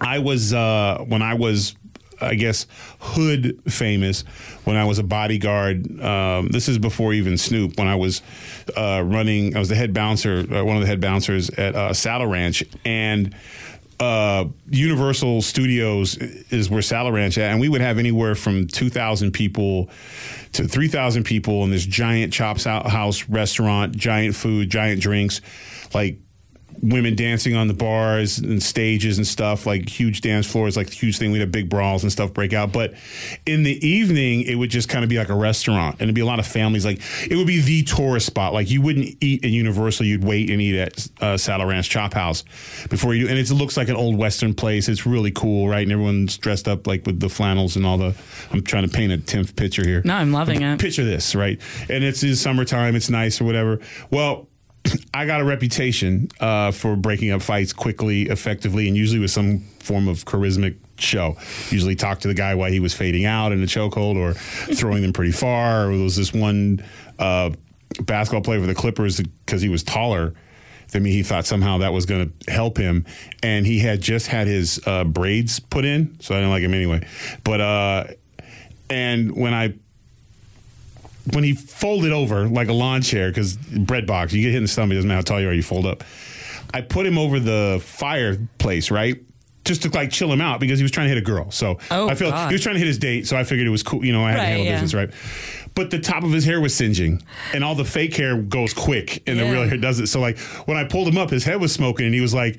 [SPEAKER 1] I was uh, when I was. I guess hood famous when I was a bodyguard. Um, this is before even Snoop. When I was uh, running, I was the head bouncer, uh, one of the head bouncers at uh, Saddle Ranch, and uh, Universal Studios is where Saddle Ranch at, and we would have anywhere from two thousand people to three thousand people in this giant chops Hou- house restaurant, giant food, giant drinks, like women dancing on the bars and stages and stuff, like huge dance floors, like the huge thing. We'd have big brawls and stuff break out. But in the evening, it would just kind of be like a restaurant and it'd be a lot of families. Like it would be the tourist spot. Like you wouldn't eat at Universal, you'd wait and eat at uh, Saddle Ranch Chop House before you do. And it looks like an old Western place. It's really cool, right? And everyone's dressed up like with the flannels and all the. I'm trying to paint a 10th picture here
[SPEAKER 3] No, I'm loving it.
[SPEAKER 1] picture this, right? And it's, it's summertime, it's nice or whatever. Well, I got a reputation uh, for breaking up fights quickly, effectively, and usually with some form of charismatic show. Usually talk to the guy while he was fading out in a chokehold or throwing them pretty far. Or there was this one uh, basketball player for the Clippers because he was taller. than me. he thought somehow that was going to help him, and he had just had his uh, braids put in, so I didn't like him anyway. But uh, and when I when he folded over like a lawn chair because bread box, you get hit in the stomach. Doesn't matter how tall you are, you fold up. I put him over the fireplace, right? Just to like chill him out because he was trying to hit a girl. So
[SPEAKER 3] Oh,
[SPEAKER 1] I feel
[SPEAKER 3] God.
[SPEAKER 1] he was trying to hit his date. So I figured it was cool. You know, I had to
[SPEAKER 3] Right,
[SPEAKER 1] handle
[SPEAKER 3] yeah.
[SPEAKER 1] business, right? But the top of his hair was singeing, and all the fake hair goes quick, and the
[SPEAKER 3] Yeah.
[SPEAKER 1] real hair doesn't. So like when I pulled him up, his head was smoking, and he was like.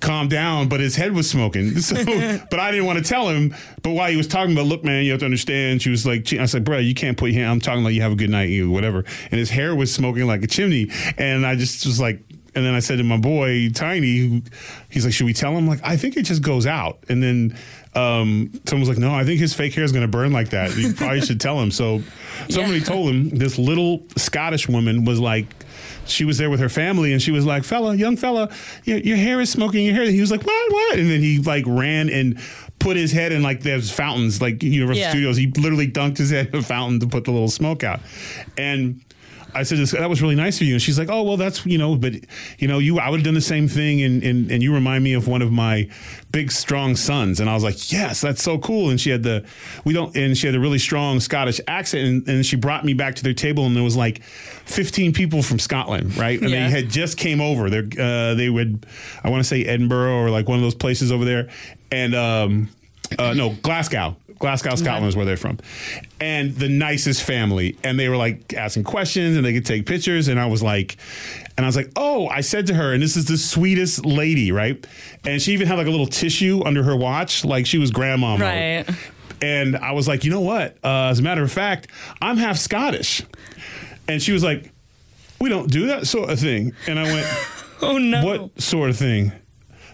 [SPEAKER 1] Calm down, but his head was smoking. So, but I didn't want to tell him. But while he was talking about, look, man, you have to understand. She was like, "Gee," I said, bro, you can't put him. I'm talking like you have a good night, you whatever. And his hair was smoking like a chimney. And I just was like, and then I said to my boy Tiny, who- he's like, should we tell him? Like, I think it just goes out. And then um, someone was like, no, I think his fake hair is going to burn like that. You probably should tell him. So somebody told him. This little Scottish woman was like she was there with her family and she was like, fella, young fella, your, your hair is smoking your hair. He was like, what, what? And then he like ran and put his head in like there's fountains, like Universal
[SPEAKER 3] Yeah.
[SPEAKER 1] Studios. He literally dunked his head in a fountain to put the little smoke out. And I said, "This- that was really nice of you. And she's like, oh, well, that's, you know, but, you know, you, I would have done the same thing. And, and, and you remind me of one of my big, strong sons. And I was like, yes, that's so cool. And she had the, we don't, and she had a really strong Scottish accent. And, and she brought me back to their table. And there was like 15 people from Scotland, right? And
[SPEAKER 3] Yeah.
[SPEAKER 1] they had just came over. They're, uh, they would, I want to say Edinburgh or like one of those places over there. And, um, uh, no, Glasgow. Glasgow, Scotland is where they're from. And the nicest family. And they were like asking questions and they could take pictures. And I was like, and I was like, oh, I said to her, and this is the sweetest lady, right? And she even had like a little tissue under her watch, like she was grandma. mode.
[SPEAKER 3] Right.
[SPEAKER 1] And I was like, you know what? Uh, as a matter of fact, I'm half Scottish. And she was like, we don't do that sort of thing. And I went,
[SPEAKER 3] Oh no.
[SPEAKER 1] what sort of thing?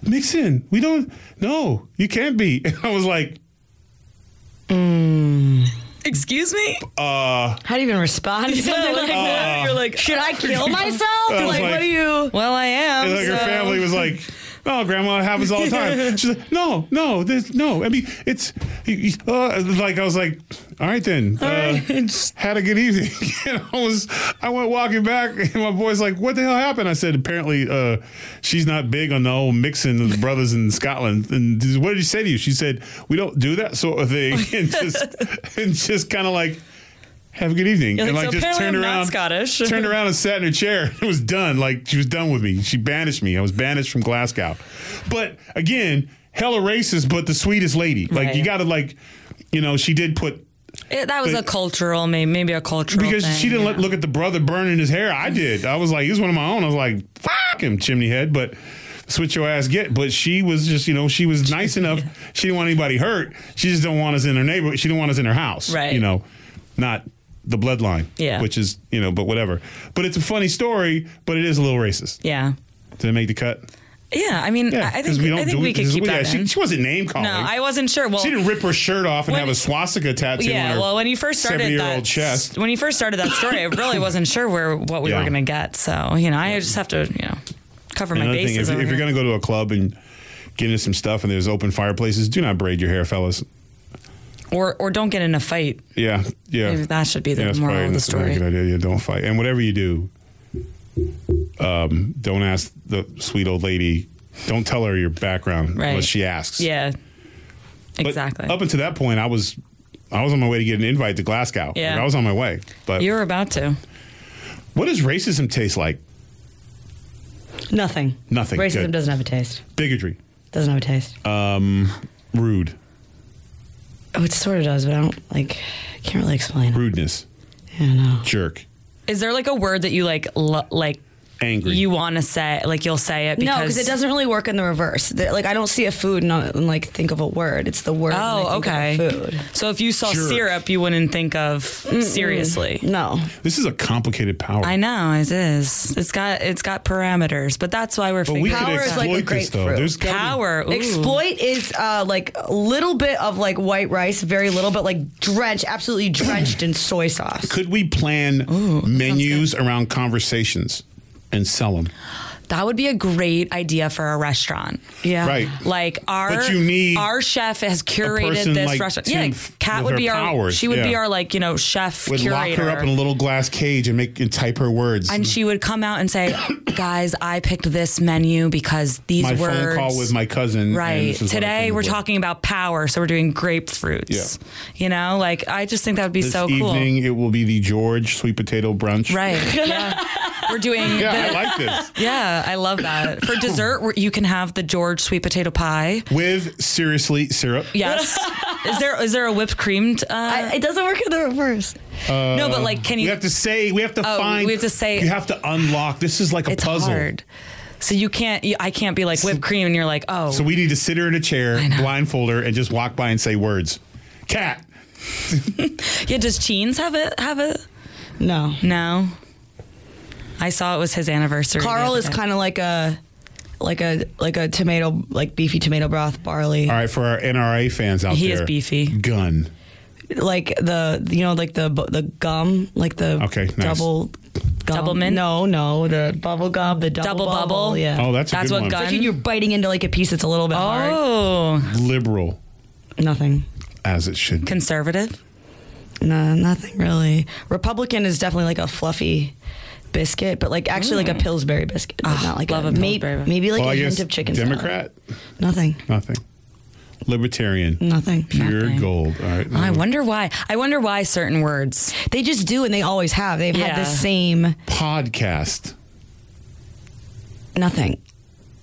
[SPEAKER 1] Mix in. We don't. No, you can't be. And I was like,
[SPEAKER 3] Excuse me?
[SPEAKER 2] How do you even respond to something like that?
[SPEAKER 1] Ah.
[SPEAKER 3] You're like, "Oh."
[SPEAKER 2] Should I kill myself?
[SPEAKER 1] I
[SPEAKER 2] Like,
[SPEAKER 1] was like-
[SPEAKER 2] what do you?
[SPEAKER 3] well, I am.
[SPEAKER 1] and like her
[SPEAKER 3] so-
[SPEAKER 1] family was like, "No, grandma, it happens all the time." She's like, "No, no, there's no. I mean, it's you- you- uh, like I was like, all right then. uh, Had a good evening." and I was, I went walking back, and my boy's like, "What the hell happened?" I said, "Apparently, uh, she's not big on the old mixing of the brothers in Scotland." And she said, what did she say to you? She said, "We don't do that sort of thing," and just, and just kind of like. Have a good evening.
[SPEAKER 3] You're
[SPEAKER 1] and
[SPEAKER 3] like,
[SPEAKER 1] like
[SPEAKER 3] "So
[SPEAKER 1] just turned
[SPEAKER 3] apparently I'm not
[SPEAKER 1] around.
[SPEAKER 3] Scottish.
[SPEAKER 1] turned around and sat in her chair. It was done. Like she was done with me. She banished me. I was banished from Glasgow. But again, hella racist, but the sweetest lady. Like you
[SPEAKER 3] Right.
[SPEAKER 1] gotta like, you know, she did put
[SPEAKER 3] It- that was
[SPEAKER 1] But-
[SPEAKER 3] a cultural, maybe, maybe a cultural.
[SPEAKER 1] because
[SPEAKER 3] thing,
[SPEAKER 1] she didn't
[SPEAKER 3] yeah.
[SPEAKER 1] let, look at the brother burning his hair. I did. I was like, he was one of my own. I was like, fuck him, chimney head. But switch your ass get. But she was just, you know, she was nice enough. She didn't want anybody hurt. She just don't want us in her neighborhood. She didn't want us in her house.
[SPEAKER 3] Right.
[SPEAKER 1] You know, not the bloodline.
[SPEAKER 3] Yeah.
[SPEAKER 1] Which is, you know, but whatever. But it's a funny story, but it is a little racist.
[SPEAKER 3] Yeah.
[SPEAKER 1] Did it make the cut?
[SPEAKER 3] Yeah, I mean, I I think we, I think we could
[SPEAKER 1] 'cause
[SPEAKER 3] keep
[SPEAKER 1] we- yeah,
[SPEAKER 3] that
[SPEAKER 1] she,
[SPEAKER 3] in.
[SPEAKER 1] she wasn't name calling.
[SPEAKER 3] no, I wasn't sure. Well,
[SPEAKER 1] she didn't rip her shirt off and
[SPEAKER 3] when-
[SPEAKER 1] have a swastika tattoo on
[SPEAKER 3] yeah,
[SPEAKER 1] her
[SPEAKER 3] well, when you first started
[SPEAKER 1] seventy-year-old
[SPEAKER 3] that,
[SPEAKER 1] chest.
[SPEAKER 3] when you first started that story, I really wasn't sure where what we
[SPEAKER 1] Yeah.
[SPEAKER 3] were going to get. So you know, I just have to you know cover my
[SPEAKER 1] Another thing,
[SPEAKER 3] bases.
[SPEAKER 1] if,
[SPEAKER 3] over
[SPEAKER 1] if you're
[SPEAKER 3] here.
[SPEAKER 1] going to go to a club and get into some stuff and there's open fireplaces, do not braid your hair, fellas.
[SPEAKER 3] or or don't get in a fight.
[SPEAKER 1] Yeah, yeah.
[SPEAKER 3] Maybe that should be the
[SPEAKER 1] yeah, that's
[SPEAKER 3] moral
[SPEAKER 1] probably
[SPEAKER 3] of the
[SPEAKER 1] that's not a
[SPEAKER 3] story.
[SPEAKER 1] good idea. Yeah, don't fight. And whatever you do, um, don't ask the sweet old lady. Don't tell her your background
[SPEAKER 3] Right.
[SPEAKER 1] unless she asks.
[SPEAKER 3] Yeah,
[SPEAKER 1] But
[SPEAKER 3] exactly.
[SPEAKER 1] Up until that point, I was, I was on my way to get an invite to Glasgow.
[SPEAKER 3] Yeah.
[SPEAKER 1] Like, I was on my way. But
[SPEAKER 3] you were about to.
[SPEAKER 1] what does racism taste like?
[SPEAKER 2] Nothing.
[SPEAKER 1] Nothing.
[SPEAKER 2] Racism
[SPEAKER 1] Good. Uh,
[SPEAKER 2] doesn't have a taste.
[SPEAKER 1] Bigotry,
[SPEAKER 2] Doesn't have a taste.
[SPEAKER 1] rude,
[SPEAKER 2] oh, it sort of does, but I don't like. Can't really explain.
[SPEAKER 1] rudeness,
[SPEAKER 2] Yeah, no.
[SPEAKER 1] jerk,
[SPEAKER 3] Is there like a word that you like lo- like
[SPEAKER 1] angry.
[SPEAKER 3] you want to say like you'll say it because
[SPEAKER 2] No, because it doesn't really work in the reverse. The- Like I don't see a food and, I- and like think of a word. It's the word. and I
[SPEAKER 3] Oh,
[SPEAKER 2] think of
[SPEAKER 3] okay.
[SPEAKER 2] a Food.
[SPEAKER 3] So if you saw
[SPEAKER 1] Jerk.
[SPEAKER 3] syrup, you wouldn't think of seriously.
[SPEAKER 2] No.
[SPEAKER 1] this is a complicated power.
[SPEAKER 3] I know it is. It's got it's got parameters, but that's why we're
[SPEAKER 1] but we
[SPEAKER 3] figuring
[SPEAKER 1] could
[SPEAKER 2] Power
[SPEAKER 3] out
[SPEAKER 2] is like
[SPEAKER 1] exploit
[SPEAKER 2] a
[SPEAKER 1] this though.
[SPEAKER 2] grapefruit.
[SPEAKER 1] There's gotta be-
[SPEAKER 3] power. Ooh.
[SPEAKER 2] Exploit is uh, like a little bit of like white rice, very little, but like drenched, absolutely drenched in soy sauce.
[SPEAKER 1] Could we plan menus around conversations and sell them?
[SPEAKER 3] That would be a great idea for a restaurant.
[SPEAKER 2] Yeah.
[SPEAKER 1] Right.
[SPEAKER 3] Like our
[SPEAKER 1] But you need
[SPEAKER 3] our chef has curated
[SPEAKER 1] person
[SPEAKER 3] this
[SPEAKER 1] like
[SPEAKER 3] restaurant.
[SPEAKER 1] Tim
[SPEAKER 3] yeah,
[SPEAKER 1] f-
[SPEAKER 3] Kat
[SPEAKER 1] with
[SPEAKER 3] would be
[SPEAKER 1] her
[SPEAKER 3] our
[SPEAKER 1] powers,
[SPEAKER 3] she would be
[SPEAKER 1] yeah.
[SPEAKER 3] our like you know chef
[SPEAKER 1] Would lock
[SPEAKER 3] curator.
[SPEAKER 1] her up in a little glass cage and make and type her words.
[SPEAKER 3] and she would come out and say, "Guys, I picked this menu because these
[SPEAKER 1] my
[SPEAKER 3] words."
[SPEAKER 1] phone call with my cousin. and
[SPEAKER 3] Right.
[SPEAKER 1] this is what I
[SPEAKER 3] Today
[SPEAKER 1] came up
[SPEAKER 3] we're
[SPEAKER 1] with.
[SPEAKER 3] talking about power, so we're doing grapefruits.
[SPEAKER 1] Yeah.
[SPEAKER 3] You know, like I just think that would be
[SPEAKER 1] This
[SPEAKER 3] so
[SPEAKER 1] evening it will be the George sweet potato brunch.
[SPEAKER 3] cool. Right. Yeah. we're doing
[SPEAKER 1] Yeah,
[SPEAKER 3] the-
[SPEAKER 1] I like this.
[SPEAKER 3] Yeah, I love that. For dessert, we're- you can have the George sweet potato pie.
[SPEAKER 1] With seriously syrup.
[SPEAKER 3] Yes. is there is there a whipped cream? Uh,
[SPEAKER 2] I, it doesn't work in the reverse.
[SPEAKER 3] no, but like,
[SPEAKER 1] uh,
[SPEAKER 3] can
[SPEAKER 1] We
[SPEAKER 3] you?
[SPEAKER 1] have to say. We have to
[SPEAKER 3] Oh,
[SPEAKER 1] find.
[SPEAKER 3] we have to say-
[SPEAKER 1] You have to unlock. This is like a
[SPEAKER 3] it's
[SPEAKER 1] puzzle.
[SPEAKER 3] hard. So you can't. You, I can't be like whipped cream, and you're like, oh,
[SPEAKER 1] So we need to sit her in a chair, blindfold her, and just walk by and say words. Cat.
[SPEAKER 3] yeah. Does Cheens have a have a?
[SPEAKER 2] No.
[SPEAKER 3] No. I saw it was his anniversary. the
[SPEAKER 2] Carl
[SPEAKER 3] other
[SPEAKER 2] is
[SPEAKER 3] day.
[SPEAKER 2] kind of like a like a like a tomato like beefy tomato broth barley
[SPEAKER 1] All right, for our NRA fans out
[SPEAKER 3] He
[SPEAKER 1] there.
[SPEAKER 3] is beefy.
[SPEAKER 1] Gun.
[SPEAKER 2] like the you know like the bu- the gum like the
[SPEAKER 1] Okay, nice.
[SPEAKER 2] double gum.
[SPEAKER 3] Double mint?
[SPEAKER 2] no no the bubble gum the double,
[SPEAKER 3] Double bubble?
[SPEAKER 2] yeah
[SPEAKER 1] Oh, that's a
[SPEAKER 3] That's
[SPEAKER 1] good
[SPEAKER 3] what
[SPEAKER 1] one.
[SPEAKER 3] gun-
[SPEAKER 2] Like you're biting into like a piece that's a little bit hard
[SPEAKER 3] Oh,
[SPEAKER 1] Liberal,
[SPEAKER 2] nothing
[SPEAKER 1] as it should. be.
[SPEAKER 3] conservative.
[SPEAKER 2] no nothing really Republican is definitely like a fluffy biscuit but like actually like a Pillsbury biscuit but not like
[SPEAKER 3] Mm. Ah, love
[SPEAKER 2] a,
[SPEAKER 3] a
[SPEAKER 2] may-
[SPEAKER 3] Pillsbury.
[SPEAKER 2] maybe like
[SPEAKER 1] Well, Oh, I
[SPEAKER 2] a
[SPEAKER 1] guess
[SPEAKER 2] hint of chicken salad.
[SPEAKER 1] Democrat.
[SPEAKER 2] nothing
[SPEAKER 1] Nothing. Libertarian.
[SPEAKER 2] nothing
[SPEAKER 1] Pure
[SPEAKER 3] Nothing.
[SPEAKER 1] gold. All right.
[SPEAKER 3] I wonder why. I wonder why certain words.
[SPEAKER 2] they just do and they always have they've had the
[SPEAKER 3] Yeah.
[SPEAKER 2] same
[SPEAKER 1] Podcast
[SPEAKER 2] nothing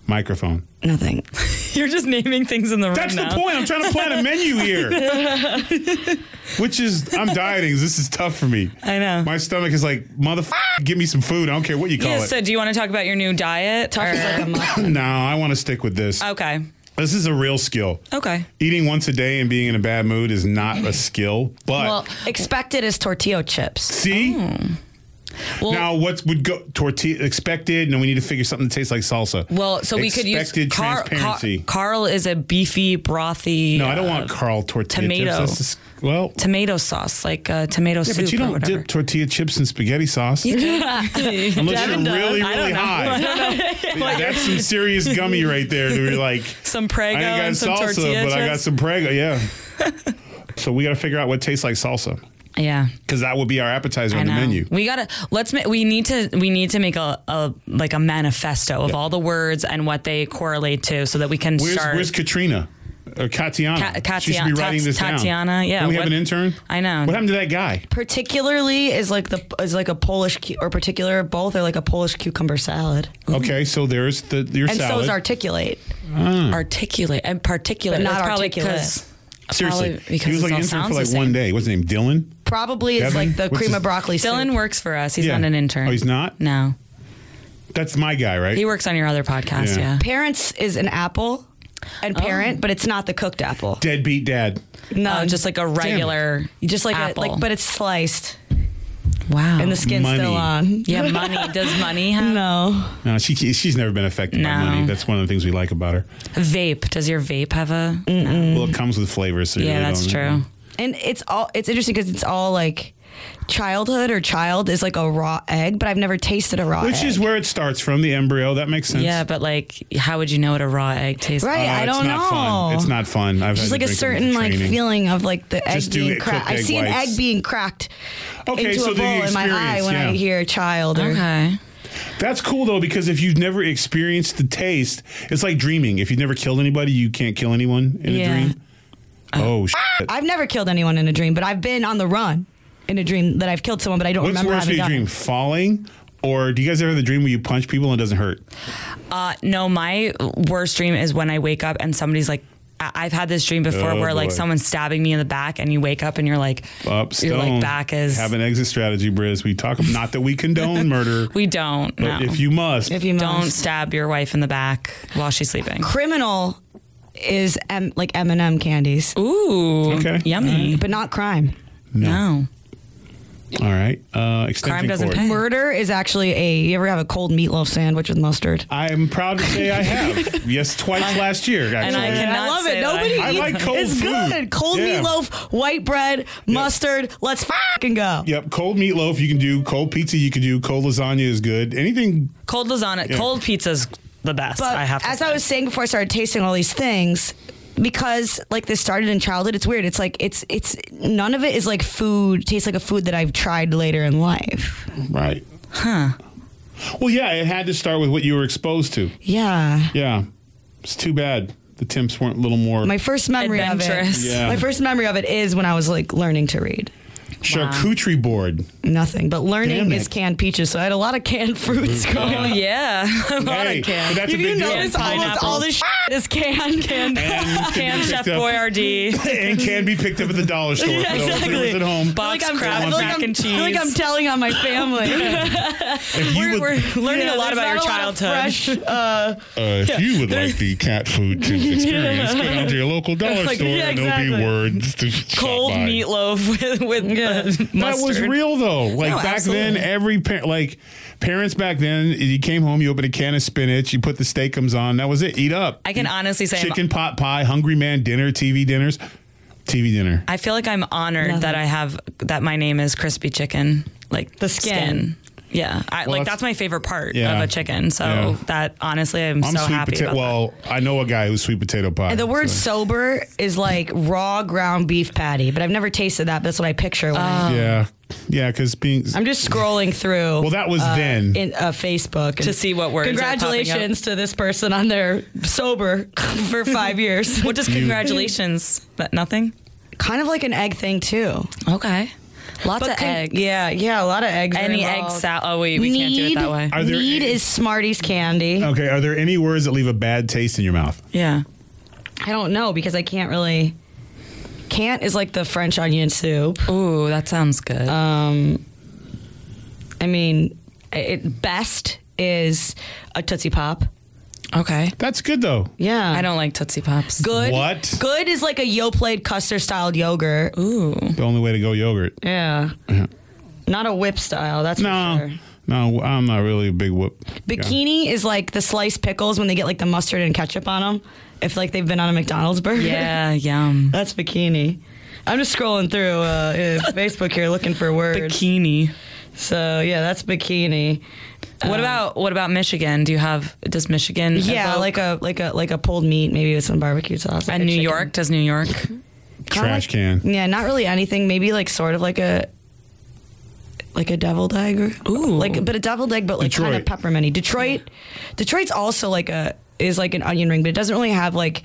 [SPEAKER 1] microphone.
[SPEAKER 2] nothing
[SPEAKER 3] You're just naming things in the room.
[SPEAKER 1] That's
[SPEAKER 3] now.
[SPEAKER 1] the point. I'm trying to plan a menu here, which is I'm dieting. This is tough for me.
[SPEAKER 3] I know.
[SPEAKER 1] My stomach is like motherfucker. Give me some food. I don't care what you call
[SPEAKER 3] Yeah,
[SPEAKER 1] it.
[SPEAKER 3] so do you want to talk about your new diet?
[SPEAKER 2] Tough is
[SPEAKER 3] or-
[SPEAKER 2] like a muffin.
[SPEAKER 1] no, I want to stick with this.
[SPEAKER 3] okay.
[SPEAKER 1] This is a real skill.
[SPEAKER 3] Okay.
[SPEAKER 1] Eating once a day and being in a bad mood is not a skill, but
[SPEAKER 3] Well,
[SPEAKER 2] Expected is tortillo chips.
[SPEAKER 1] see.
[SPEAKER 3] Oh. Well,
[SPEAKER 1] now what would go tortilla expected? And we need to figure something that tastes like salsa.
[SPEAKER 3] well, so we could use
[SPEAKER 1] expected
[SPEAKER 3] Car- Car-
[SPEAKER 1] transparency.
[SPEAKER 3] Carl is a beefy, brothy.
[SPEAKER 1] no, I don't want Carl tortilla
[SPEAKER 3] tomato.
[SPEAKER 1] chips. That's dis- well,
[SPEAKER 3] tomato sauce, like uh, tomato
[SPEAKER 1] yeah,
[SPEAKER 3] soup.
[SPEAKER 1] but you
[SPEAKER 3] or
[SPEAKER 1] don't
[SPEAKER 3] whatever.
[SPEAKER 1] dip tortilla chips in spaghetti sauce unless
[SPEAKER 3] Devin
[SPEAKER 1] you're
[SPEAKER 3] does.
[SPEAKER 1] really,
[SPEAKER 3] I don't
[SPEAKER 1] really
[SPEAKER 3] know.
[SPEAKER 1] high. That's some serious gummy right there. To be like,
[SPEAKER 3] Some Prego
[SPEAKER 1] I ain't got
[SPEAKER 3] and some
[SPEAKER 1] salsa,
[SPEAKER 3] tortilla
[SPEAKER 1] but I got
[SPEAKER 3] chips.
[SPEAKER 1] some Prego. Yeah. so we got to figure out what tastes like salsa
[SPEAKER 3] Yeah,
[SPEAKER 1] because that would be our appetizer
[SPEAKER 3] I
[SPEAKER 1] on
[SPEAKER 3] know.
[SPEAKER 1] the menu.
[SPEAKER 3] We gotta let's make we need to we need to make a, a like a manifesto of all the words and what they correlate to, so that we can
[SPEAKER 1] Where's
[SPEAKER 3] start.
[SPEAKER 1] Where's Katrina? Or Katiana.
[SPEAKER 3] Ka-
[SPEAKER 1] she should
[SPEAKER 3] Katiana-
[SPEAKER 1] be writing
[SPEAKER 3] Tat-
[SPEAKER 1] this
[SPEAKER 3] Tatiana,
[SPEAKER 1] down.
[SPEAKER 3] yeah,
[SPEAKER 1] Don't we
[SPEAKER 3] what-
[SPEAKER 1] have an intern?
[SPEAKER 3] I know.
[SPEAKER 1] What happened to that guy?
[SPEAKER 2] Particularly is like the is like a Polish cu- or particular both are like a Polish cucumber salad.
[SPEAKER 3] Mm-hmm.
[SPEAKER 1] Okay, so there's the your
[SPEAKER 2] And so
[SPEAKER 1] salad.
[SPEAKER 2] is articulate.
[SPEAKER 1] Hmm.
[SPEAKER 3] articulate and particulate,
[SPEAKER 2] But not
[SPEAKER 3] That's probably
[SPEAKER 2] articulate.
[SPEAKER 3] 'cause-
[SPEAKER 1] Seriously,
[SPEAKER 3] probably because
[SPEAKER 1] he was
[SPEAKER 3] it
[SPEAKER 1] like
[SPEAKER 3] all
[SPEAKER 1] intern for
[SPEAKER 3] sounds
[SPEAKER 1] like
[SPEAKER 3] the
[SPEAKER 1] one
[SPEAKER 3] same.
[SPEAKER 1] day. What's his name? Dylan.
[SPEAKER 2] Probably is
[SPEAKER 1] Devin?
[SPEAKER 2] like the
[SPEAKER 1] What's
[SPEAKER 2] cream
[SPEAKER 1] his-
[SPEAKER 2] of broccoli.
[SPEAKER 3] Dylan
[SPEAKER 2] soup.
[SPEAKER 3] works for us. He's
[SPEAKER 1] Yeah.
[SPEAKER 3] not an intern.
[SPEAKER 1] Oh, he's not?
[SPEAKER 3] No,
[SPEAKER 1] That's my guy, right?
[SPEAKER 3] he works on your other podcast.
[SPEAKER 1] Yeah.
[SPEAKER 3] Yeah.
[SPEAKER 2] Parents is an apple and parent, but it's not the cooked apple.
[SPEAKER 1] Deadbeat dad.
[SPEAKER 2] No,
[SPEAKER 3] Oh, just like a regular,
[SPEAKER 2] just like
[SPEAKER 3] apple.
[SPEAKER 2] A, like but it's sliced.
[SPEAKER 3] Wow.
[SPEAKER 2] and the skin's still
[SPEAKER 1] Oh, Money.
[SPEAKER 2] on.
[SPEAKER 3] yeah, money. Does money have
[SPEAKER 2] No.
[SPEAKER 1] No, she she's never been affected by
[SPEAKER 3] No.
[SPEAKER 1] money. That's one of the things we like about her.
[SPEAKER 3] vape? Does your vape have a?
[SPEAKER 2] Mm.
[SPEAKER 1] Well, it comes with flavors. So you
[SPEAKER 3] Mm. Yeah,
[SPEAKER 1] really
[SPEAKER 3] that's
[SPEAKER 1] don't-
[SPEAKER 3] true.
[SPEAKER 2] And it's all it's interesting because it's all like childhood or child is like a raw egg, but I've never tasted a raw
[SPEAKER 1] Which
[SPEAKER 2] egg.
[SPEAKER 1] is where it starts from the embryo. That makes sense.
[SPEAKER 3] Yeah, but like, how would you know what a raw egg tastes
[SPEAKER 2] Right,
[SPEAKER 3] like?
[SPEAKER 1] Uh,
[SPEAKER 2] I
[SPEAKER 1] it's
[SPEAKER 2] don't
[SPEAKER 1] not Fun.
[SPEAKER 2] know.
[SPEAKER 1] It's not fun. I've
[SPEAKER 2] There's
[SPEAKER 1] had
[SPEAKER 2] like
[SPEAKER 1] to drink 'em
[SPEAKER 2] a
[SPEAKER 1] at
[SPEAKER 2] certain like
[SPEAKER 1] training.
[SPEAKER 2] feeling of like the egg
[SPEAKER 1] Just do
[SPEAKER 2] being
[SPEAKER 1] it,
[SPEAKER 2] cracked.
[SPEAKER 1] cooked
[SPEAKER 2] I
[SPEAKER 1] egg
[SPEAKER 2] see an
[SPEAKER 1] whites.
[SPEAKER 2] egg being cracked
[SPEAKER 1] Okay,
[SPEAKER 2] into
[SPEAKER 1] so
[SPEAKER 2] a
[SPEAKER 1] the
[SPEAKER 2] bowl in my eye
[SPEAKER 1] experience,
[SPEAKER 2] when I
[SPEAKER 1] yeah.
[SPEAKER 2] hear child or
[SPEAKER 3] Okay.
[SPEAKER 1] That's cool though because if you've never experienced the taste, it's like dreaming. If you've never killed anybody, you can't kill anyone in
[SPEAKER 3] Yeah. Uh,
[SPEAKER 1] a dream. Oh, shit.
[SPEAKER 2] I've never killed anyone in a dream, but I've been on the run in a dream that I've killed someone, but I don't
[SPEAKER 1] what's
[SPEAKER 2] remember
[SPEAKER 1] worse for
[SPEAKER 2] having
[SPEAKER 1] your
[SPEAKER 2] done.
[SPEAKER 1] dream?
[SPEAKER 2] it.
[SPEAKER 1] Falling, or do you guys ever have the dream where you punch people and it doesn't hurt?
[SPEAKER 3] Uh, no, my worst dream is when I wake up and somebody's like, I- I've had this dream before
[SPEAKER 1] Oh,
[SPEAKER 3] where like
[SPEAKER 1] boy.
[SPEAKER 3] someone's stabbing me in the back, and you wake up and you're like,
[SPEAKER 1] Up,
[SPEAKER 3] your
[SPEAKER 1] stone.
[SPEAKER 3] like back is.
[SPEAKER 1] have an exit strategy, Briz. We talk. Not that we condone murder,
[SPEAKER 3] we don't.
[SPEAKER 1] but
[SPEAKER 3] no.
[SPEAKER 1] if you must,
[SPEAKER 2] If you
[SPEAKER 3] don't
[SPEAKER 2] must.
[SPEAKER 3] stab your wife in the back while she's sleeping.
[SPEAKER 2] criminal is M- like M and M candies,
[SPEAKER 3] Ooh,
[SPEAKER 1] Okay.
[SPEAKER 3] yummy.
[SPEAKER 2] but not crime.
[SPEAKER 3] No,
[SPEAKER 1] all right. Uh, extension
[SPEAKER 3] Crime doesn't
[SPEAKER 1] cord.
[SPEAKER 3] pay.
[SPEAKER 2] Murder is actually a. You ever have a cold meatloaf sandwich with mustard?
[SPEAKER 1] I'm proud to say I have. yes, twice last year. Actually.
[SPEAKER 3] I cannot
[SPEAKER 2] I love
[SPEAKER 3] say
[SPEAKER 2] it.
[SPEAKER 3] that I
[SPEAKER 2] Nobody
[SPEAKER 3] have
[SPEAKER 1] I
[SPEAKER 2] eats.
[SPEAKER 1] like cold
[SPEAKER 2] it's
[SPEAKER 1] food.
[SPEAKER 2] good. Cold
[SPEAKER 1] Yeah.
[SPEAKER 2] meatloaf, white bread, mustard. Let's fucking go.
[SPEAKER 1] Yep, cold meatloaf you can do, cold pizza you can do, cold lasagna is good. Anything
[SPEAKER 3] cold lasagna,
[SPEAKER 1] Yeah.
[SPEAKER 3] cold pizza's the best.
[SPEAKER 2] But
[SPEAKER 3] I have to.
[SPEAKER 2] as
[SPEAKER 3] say.
[SPEAKER 2] I was saying before I started tasting all these things, because like this started in childhood, it's weird. It's like it's it's none of it is like food tastes like a food that I've tried later in life.
[SPEAKER 1] Right. Huh. Well, yeah, it had to start with what you were exposed to.
[SPEAKER 2] Yeah.
[SPEAKER 1] Yeah. It's too bad the temps weren't a little more
[SPEAKER 2] My first memory of it.
[SPEAKER 3] Adventurous.
[SPEAKER 1] Yeah.
[SPEAKER 2] My first memory of it is when I was like learning to read.
[SPEAKER 1] charcuterie board.
[SPEAKER 2] Nothing. But
[SPEAKER 1] Damn
[SPEAKER 2] learning
[SPEAKER 1] it.
[SPEAKER 2] is canned peaches. So I had a lot of canned fruits growing up.
[SPEAKER 3] Yeah, a lot
[SPEAKER 1] Hey,
[SPEAKER 3] of
[SPEAKER 1] but
[SPEAKER 3] canned.
[SPEAKER 1] that's
[SPEAKER 2] If
[SPEAKER 1] a
[SPEAKER 2] you
[SPEAKER 1] big deal.
[SPEAKER 2] notice, almost all this shit is canned.
[SPEAKER 1] And
[SPEAKER 2] Canned.
[SPEAKER 1] can
[SPEAKER 3] Canned
[SPEAKER 1] be
[SPEAKER 3] Chef
[SPEAKER 1] picked up-
[SPEAKER 3] Boyardee.
[SPEAKER 1] and can be picked up at the dollar store
[SPEAKER 3] Yeah,
[SPEAKER 1] for those
[SPEAKER 3] exactly.
[SPEAKER 1] listeners at home.
[SPEAKER 3] Box
[SPEAKER 2] Like I'm, I
[SPEAKER 3] crab,
[SPEAKER 2] feel like
[SPEAKER 3] mac
[SPEAKER 2] I'm-
[SPEAKER 3] and
[SPEAKER 2] I
[SPEAKER 3] cheese.
[SPEAKER 2] feel like I'm telling on my family.
[SPEAKER 1] If you
[SPEAKER 3] we're,
[SPEAKER 1] would,
[SPEAKER 3] we're learning
[SPEAKER 2] Yeah,
[SPEAKER 3] a lot
[SPEAKER 2] there's
[SPEAKER 3] about your
[SPEAKER 2] not a lot of
[SPEAKER 3] childhood.
[SPEAKER 2] fresh, uh,
[SPEAKER 1] uh, if you would like the cat food to experience, go down to your local dollar
[SPEAKER 3] Like,
[SPEAKER 1] store
[SPEAKER 3] yeah,
[SPEAKER 1] and there'll be
[SPEAKER 3] exactly.
[SPEAKER 1] words to stop
[SPEAKER 3] cold
[SPEAKER 1] by.
[SPEAKER 3] meatloaf with, with uh, mustard.
[SPEAKER 1] That was real though. Like
[SPEAKER 3] No,
[SPEAKER 1] back
[SPEAKER 3] absolutely.
[SPEAKER 1] then, every parent, like parents back then, you came home, you opened a can of spinach, you put the steakums on, that was it. Eat up.
[SPEAKER 3] I can honestly say I'm-
[SPEAKER 1] chicken pot pie, hungry man dinner, TV dinners, TV dinner.
[SPEAKER 3] I feel like I'm honored
[SPEAKER 2] Nothing.
[SPEAKER 3] that I have that my name is crispy chicken, like
[SPEAKER 2] The skin.
[SPEAKER 3] Yeah, I,
[SPEAKER 1] Well,
[SPEAKER 3] like
[SPEAKER 1] that's-
[SPEAKER 3] that's my favorite part
[SPEAKER 1] Yeah.
[SPEAKER 3] of a chicken. So
[SPEAKER 1] Yeah.
[SPEAKER 3] that honestly, I'm,
[SPEAKER 1] I'm
[SPEAKER 3] so
[SPEAKER 1] sweet
[SPEAKER 3] happy.
[SPEAKER 1] potato.
[SPEAKER 3] about that.
[SPEAKER 1] Well, I know a guy who's sweet potato pie.
[SPEAKER 2] And the word
[SPEAKER 1] so-
[SPEAKER 2] sober is like raw ground beef patty, but I've never tasted that. But that's what I picture. When
[SPEAKER 3] Uh.
[SPEAKER 2] I,
[SPEAKER 1] yeah, yeah, because being
[SPEAKER 2] I'm just scrolling through.
[SPEAKER 1] well, that was then.
[SPEAKER 2] in uh, Facebook and
[SPEAKER 3] see what words are popping up.
[SPEAKER 2] Congratulations to this person on their sober for five years.
[SPEAKER 3] Well, just congratulations. But nothing.
[SPEAKER 2] kind of like an egg thing too.
[SPEAKER 3] Okay. Lots of
[SPEAKER 2] con-
[SPEAKER 3] eggs.
[SPEAKER 2] Yeah, yeah, a lot of eggs. are
[SPEAKER 3] Any egg
[SPEAKER 2] involved.
[SPEAKER 3] salad. Oh wait, we
[SPEAKER 2] need,
[SPEAKER 3] can't do it that way.
[SPEAKER 1] Are there
[SPEAKER 2] need
[SPEAKER 1] any- Oh.
[SPEAKER 2] is Smarties candy.
[SPEAKER 1] okay, are there any words that leave a bad taste in your mouth?
[SPEAKER 3] yeah.
[SPEAKER 2] I don't know because I can't really. Can't is like the French onion soup.
[SPEAKER 3] Ooh, that sounds good.
[SPEAKER 2] I mean, it, best is a Tootsie Pop.
[SPEAKER 3] okay.
[SPEAKER 1] That's good though.
[SPEAKER 2] Yeah.
[SPEAKER 3] I don't like Tootsie Pops.
[SPEAKER 2] Good.
[SPEAKER 1] What?
[SPEAKER 2] Good is like a yo played custard styled yogurt.
[SPEAKER 3] Ooh.
[SPEAKER 1] The only way to go yogurt.
[SPEAKER 2] Yeah. Not a whip style, that's
[SPEAKER 1] No,
[SPEAKER 2] for sure.
[SPEAKER 1] no, I'm not really a big whoop.
[SPEAKER 2] Bikini is like the sliced pickles when they get like the mustard and ketchup on them. If like they've been on a McDonald's burger.
[SPEAKER 3] Yeah, yum.
[SPEAKER 2] that's bikini. I'm just scrolling through uh, uh, Facebook here looking for words.
[SPEAKER 3] Bikini. Uh,
[SPEAKER 2] so yeah, that's bikini.
[SPEAKER 3] What about what about Michigan? Do you have does Michigan?
[SPEAKER 2] Yeah,
[SPEAKER 3] evoke-
[SPEAKER 2] like a like a like a pulled meat, maybe with some barbecue sauce. like
[SPEAKER 3] and
[SPEAKER 2] a
[SPEAKER 3] New
[SPEAKER 2] chicken.
[SPEAKER 3] York? Does New York?
[SPEAKER 2] Kinda
[SPEAKER 1] Trash
[SPEAKER 2] like-
[SPEAKER 1] can.
[SPEAKER 2] Yeah, not really anything. Maybe like sort of like a like a deviled egg or
[SPEAKER 3] Ooh.
[SPEAKER 2] like but a deviled egg but like kind of
[SPEAKER 1] Detroit.
[SPEAKER 2] pepperminty. Detroit Detroit's also like a is like an onion ring, but it doesn't really have like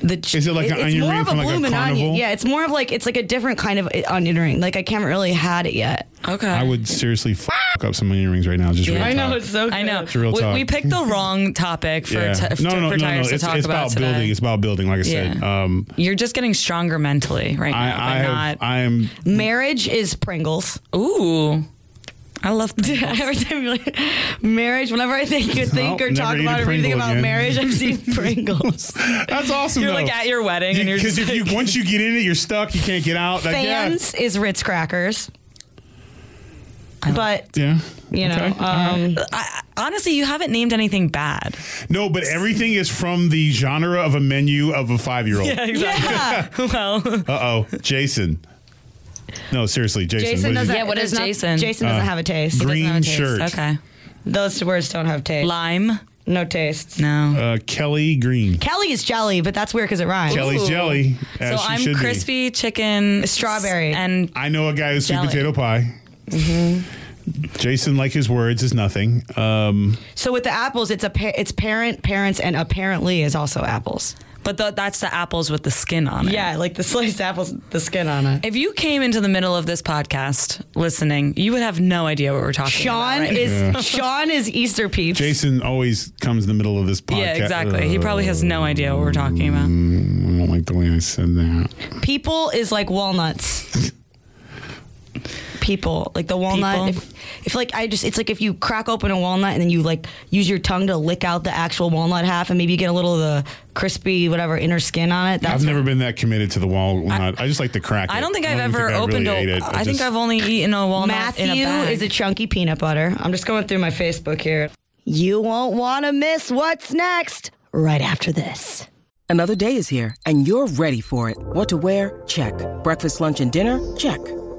[SPEAKER 2] the ch-
[SPEAKER 1] Is it like an
[SPEAKER 2] it's
[SPEAKER 1] onion
[SPEAKER 2] more
[SPEAKER 1] ring
[SPEAKER 2] of a
[SPEAKER 1] from, like, a
[SPEAKER 2] bloomin' onion.
[SPEAKER 1] carnival?
[SPEAKER 2] Yeah, it's more of like it's like a different kind of uh, onion ring. Like I haven't really had it yet.
[SPEAKER 3] Okay.
[SPEAKER 1] I would seriously f- up some onion rings right now. Just real
[SPEAKER 3] I
[SPEAKER 1] talk.
[SPEAKER 2] so
[SPEAKER 3] I know.
[SPEAKER 1] real
[SPEAKER 3] we,
[SPEAKER 1] talk.
[SPEAKER 3] we picked the wrong topic for,
[SPEAKER 1] Yeah.
[SPEAKER 3] t- for tires to
[SPEAKER 1] It's,
[SPEAKER 3] talk
[SPEAKER 1] it's
[SPEAKER 3] about,
[SPEAKER 1] about
[SPEAKER 3] today.
[SPEAKER 1] building. It's about building. Like I said,
[SPEAKER 3] Yeah.
[SPEAKER 1] um,
[SPEAKER 3] You're just getting stronger mentally right
[SPEAKER 1] I,
[SPEAKER 3] now.
[SPEAKER 1] I,
[SPEAKER 3] by
[SPEAKER 1] have,
[SPEAKER 3] not.
[SPEAKER 1] I am.
[SPEAKER 2] Marriage is Pringles.
[SPEAKER 3] ooh, I love. Pringles.
[SPEAKER 2] Every time you like, marriage, whenever I think you think
[SPEAKER 1] Well,
[SPEAKER 2] or talk
[SPEAKER 1] never eat a Pringle
[SPEAKER 2] about or anything about
[SPEAKER 1] again.
[SPEAKER 2] marriage, I've seen Pringles.
[SPEAKER 1] That's awesome.
[SPEAKER 3] You're
[SPEAKER 1] though.
[SPEAKER 3] like at your wedding, and you're
[SPEAKER 1] because
[SPEAKER 3] just
[SPEAKER 1] if you once you get in it, you're stuck. You can't get out. Like, yeah.
[SPEAKER 2] Fans is Ritz crackers. But
[SPEAKER 1] Yeah.
[SPEAKER 2] you know,
[SPEAKER 1] Okay.
[SPEAKER 2] um,
[SPEAKER 3] I, honestly, you haven't named anything bad.
[SPEAKER 1] No, but everything is from the genre of a menu of a five year old.
[SPEAKER 2] yeah.
[SPEAKER 3] well,
[SPEAKER 1] Uh oh, Jason. No, seriously, Jason.
[SPEAKER 2] Jason
[SPEAKER 1] what is
[SPEAKER 2] doesn't.
[SPEAKER 1] it?
[SPEAKER 3] Yeah, what is
[SPEAKER 2] there's not-
[SPEAKER 3] Jason?
[SPEAKER 2] Jason doesn't have a taste.
[SPEAKER 1] Green
[SPEAKER 3] doesn't have a
[SPEAKER 1] shirt.
[SPEAKER 3] taste. Okay.
[SPEAKER 2] Those words don't have taste.
[SPEAKER 3] Lime?
[SPEAKER 2] No taste.
[SPEAKER 3] No.
[SPEAKER 1] Uh, Kelly Green.
[SPEAKER 2] Kelly is jelly, but that's weird because it rhymes.
[SPEAKER 1] Kelly's jelly.
[SPEAKER 3] so
[SPEAKER 1] as Uh, she
[SPEAKER 3] I'm
[SPEAKER 1] should be.
[SPEAKER 3] crispy chicken,
[SPEAKER 2] Strawberry.
[SPEAKER 3] s- and
[SPEAKER 1] I know a guy who's sweet
[SPEAKER 3] Jelly.
[SPEAKER 1] potato pie.
[SPEAKER 3] Mm-hmm.
[SPEAKER 1] Jason, like his words, is nothing. Um,
[SPEAKER 2] So with the apples, it's a pa- it's parent, parents, and apparently is also apples.
[SPEAKER 3] but the, that's the apples with the skin on it.
[SPEAKER 2] Yeah, like the sliced apples, the skin on it.
[SPEAKER 3] If you came into the middle of this podcast listening, you would have no idea what we're talking about.
[SPEAKER 2] Sean
[SPEAKER 3] right?
[SPEAKER 2] is Sean is Easter peeps.
[SPEAKER 1] Jason always comes in the middle of this podcast. Uh,
[SPEAKER 3] Yeah, exactly. He probably has no idea what we're talking about.
[SPEAKER 1] I don't like the way I said that.
[SPEAKER 2] People is like walnuts. People like the walnut.
[SPEAKER 3] People.
[SPEAKER 2] If, if like I just, it's like if you crack open a walnut and then you like use your tongue to lick out the actual walnut half, and maybe you get a little of the crispy whatever inner skin on it. That's
[SPEAKER 1] I've never been that committed to the walnut. I, just like to crack.
[SPEAKER 3] I
[SPEAKER 1] it.
[SPEAKER 3] don't think I've
[SPEAKER 1] even
[SPEAKER 3] ever
[SPEAKER 1] I really
[SPEAKER 3] opened
[SPEAKER 1] ate
[SPEAKER 3] a.
[SPEAKER 1] it.
[SPEAKER 3] I
[SPEAKER 1] I
[SPEAKER 3] think
[SPEAKER 1] just-
[SPEAKER 3] I've only eaten a walnut in
[SPEAKER 2] Matthew
[SPEAKER 3] a bag.
[SPEAKER 2] is a chunky peanut butter. I'm just going through my Facebook here. You won't want to miss what's next right after this.
[SPEAKER 5] Another day is here, and you're ready for it. What to wear? Check. Breakfast, lunch, and dinner? Check.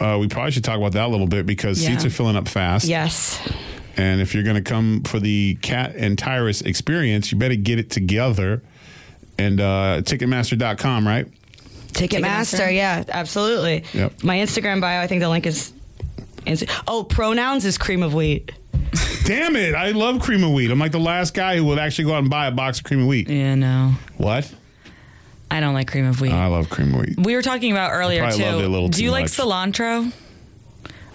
[SPEAKER 1] Uh, we probably should talk about that a little bit because
[SPEAKER 2] Yeah.
[SPEAKER 1] seats are filling up fast.
[SPEAKER 2] Yes.
[SPEAKER 1] And if you're going to come for the Cat and Tyrus experience, you better get it together. And uh, Ticketmaster.com, right?
[SPEAKER 2] Ticketmaster, yeah, absolutely.
[SPEAKER 1] Yep.
[SPEAKER 2] My Instagram bio, I think the link is. is- Oh, pronouns is cream of wheat.
[SPEAKER 1] Damn it. I love cream of wheat. I'm like the last guy who would actually go out and buy a box of cream of wheat.
[SPEAKER 3] yeah, no.
[SPEAKER 1] What?
[SPEAKER 3] I don't like cream of wheat.
[SPEAKER 1] I love cream of wheat.
[SPEAKER 3] we were talking about earlier
[SPEAKER 1] probably
[SPEAKER 3] too.
[SPEAKER 1] loved it a little
[SPEAKER 3] Do
[SPEAKER 1] too
[SPEAKER 3] you like
[SPEAKER 1] much.
[SPEAKER 3] cilantro?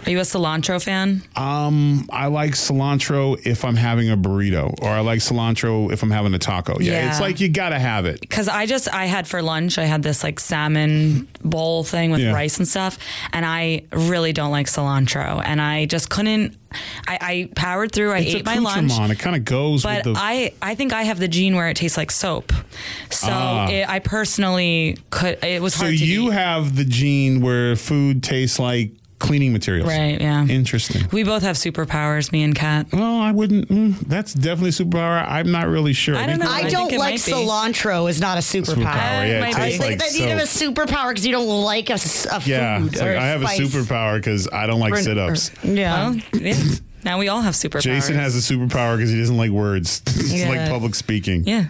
[SPEAKER 3] Are you a cilantro fan?
[SPEAKER 1] Um, I like cilantro if I'm having a burrito, or I like cilantro if I'm having a taco. Yeah,
[SPEAKER 3] Yeah.
[SPEAKER 1] it's like you gotta have it.
[SPEAKER 3] Because I just I had for lunch I had this like salmon bowl thing with
[SPEAKER 1] Yeah.
[SPEAKER 3] rice and stuff, and I really don't like cilantro, and I just couldn't. I, I powered through. I
[SPEAKER 1] It's
[SPEAKER 3] ate my lunch.
[SPEAKER 1] accoutrement. It kind of goes
[SPEAKER 3] But
[SPEAKER 1] with the.
[SPEAKER 3] I, I think I have the gene where it tastes like soap. So
[SPEAKER 1] Ah.
[SPEAKER 3] it, I personally could. It was
[SPEAKER 1] so
[SPEAKER 3] hard to
[SPEAKER 1] you
[SPEAKER 3] eat.
[SPEAKER 1] have the gene where food tastes like cleaning materials,
[SPEAKER 3] Right, yeah.
[SPEAKER 1] Interesting.
[SPEAKER 3] we both have superpowers, me and Kat.
[SPEAKER 1] Well, I wouldn't. Mm, that's definitely superpower. I'm not really sure.
[SPEAKER 3] I don't
[SPEAKER 1] think-
[SPEAKER 3] know.
[SPEAKER 2] I
[SPEAKER 3] I
[SPEAKER 2] don't
[SPEAKER 3] think it
[SPEAKER 2] like
[SPEAKER 3] might be.
[SPEAKER 2] cilantro is not a superpower.
[SPEAKER 1] Superpower. Yeah,
[SPEAKER 3] I
[SPEAKER 1] it
[SPEAKER 3] might
[SPEAKER 1] tastes
[SPEAKER 3] be.
[SPEAKER 1] like
[SPEAKER 2] that you have a
[SPEAKER 1] soap.
[SPEAKER 2] superpower because you don't like a, s- a
[SPEAKER 1] Yeah,
[SPEAKER 2] food.
[SPEAKER 1] it's
[SPEAKER 2] or
[SPEAKER 1] like, I have a
[SPEAKER 2] spice.
[SPEAKER 1] superpower because I don't like
[SPEAKER 2] Or-
[SPEAKER 1] sit ups.
[SPEAKER 2] or- Yeah.
[SPEAKER 3] Well, yeah. Now we all have superpowers.
[SPEAKER 1] Jason has a superpower because he doesn't like words. it's like
[SPEAKER 2] Yeah.
[SPEAKER 1] public speaking.
[SPEAKER 3] Yeah.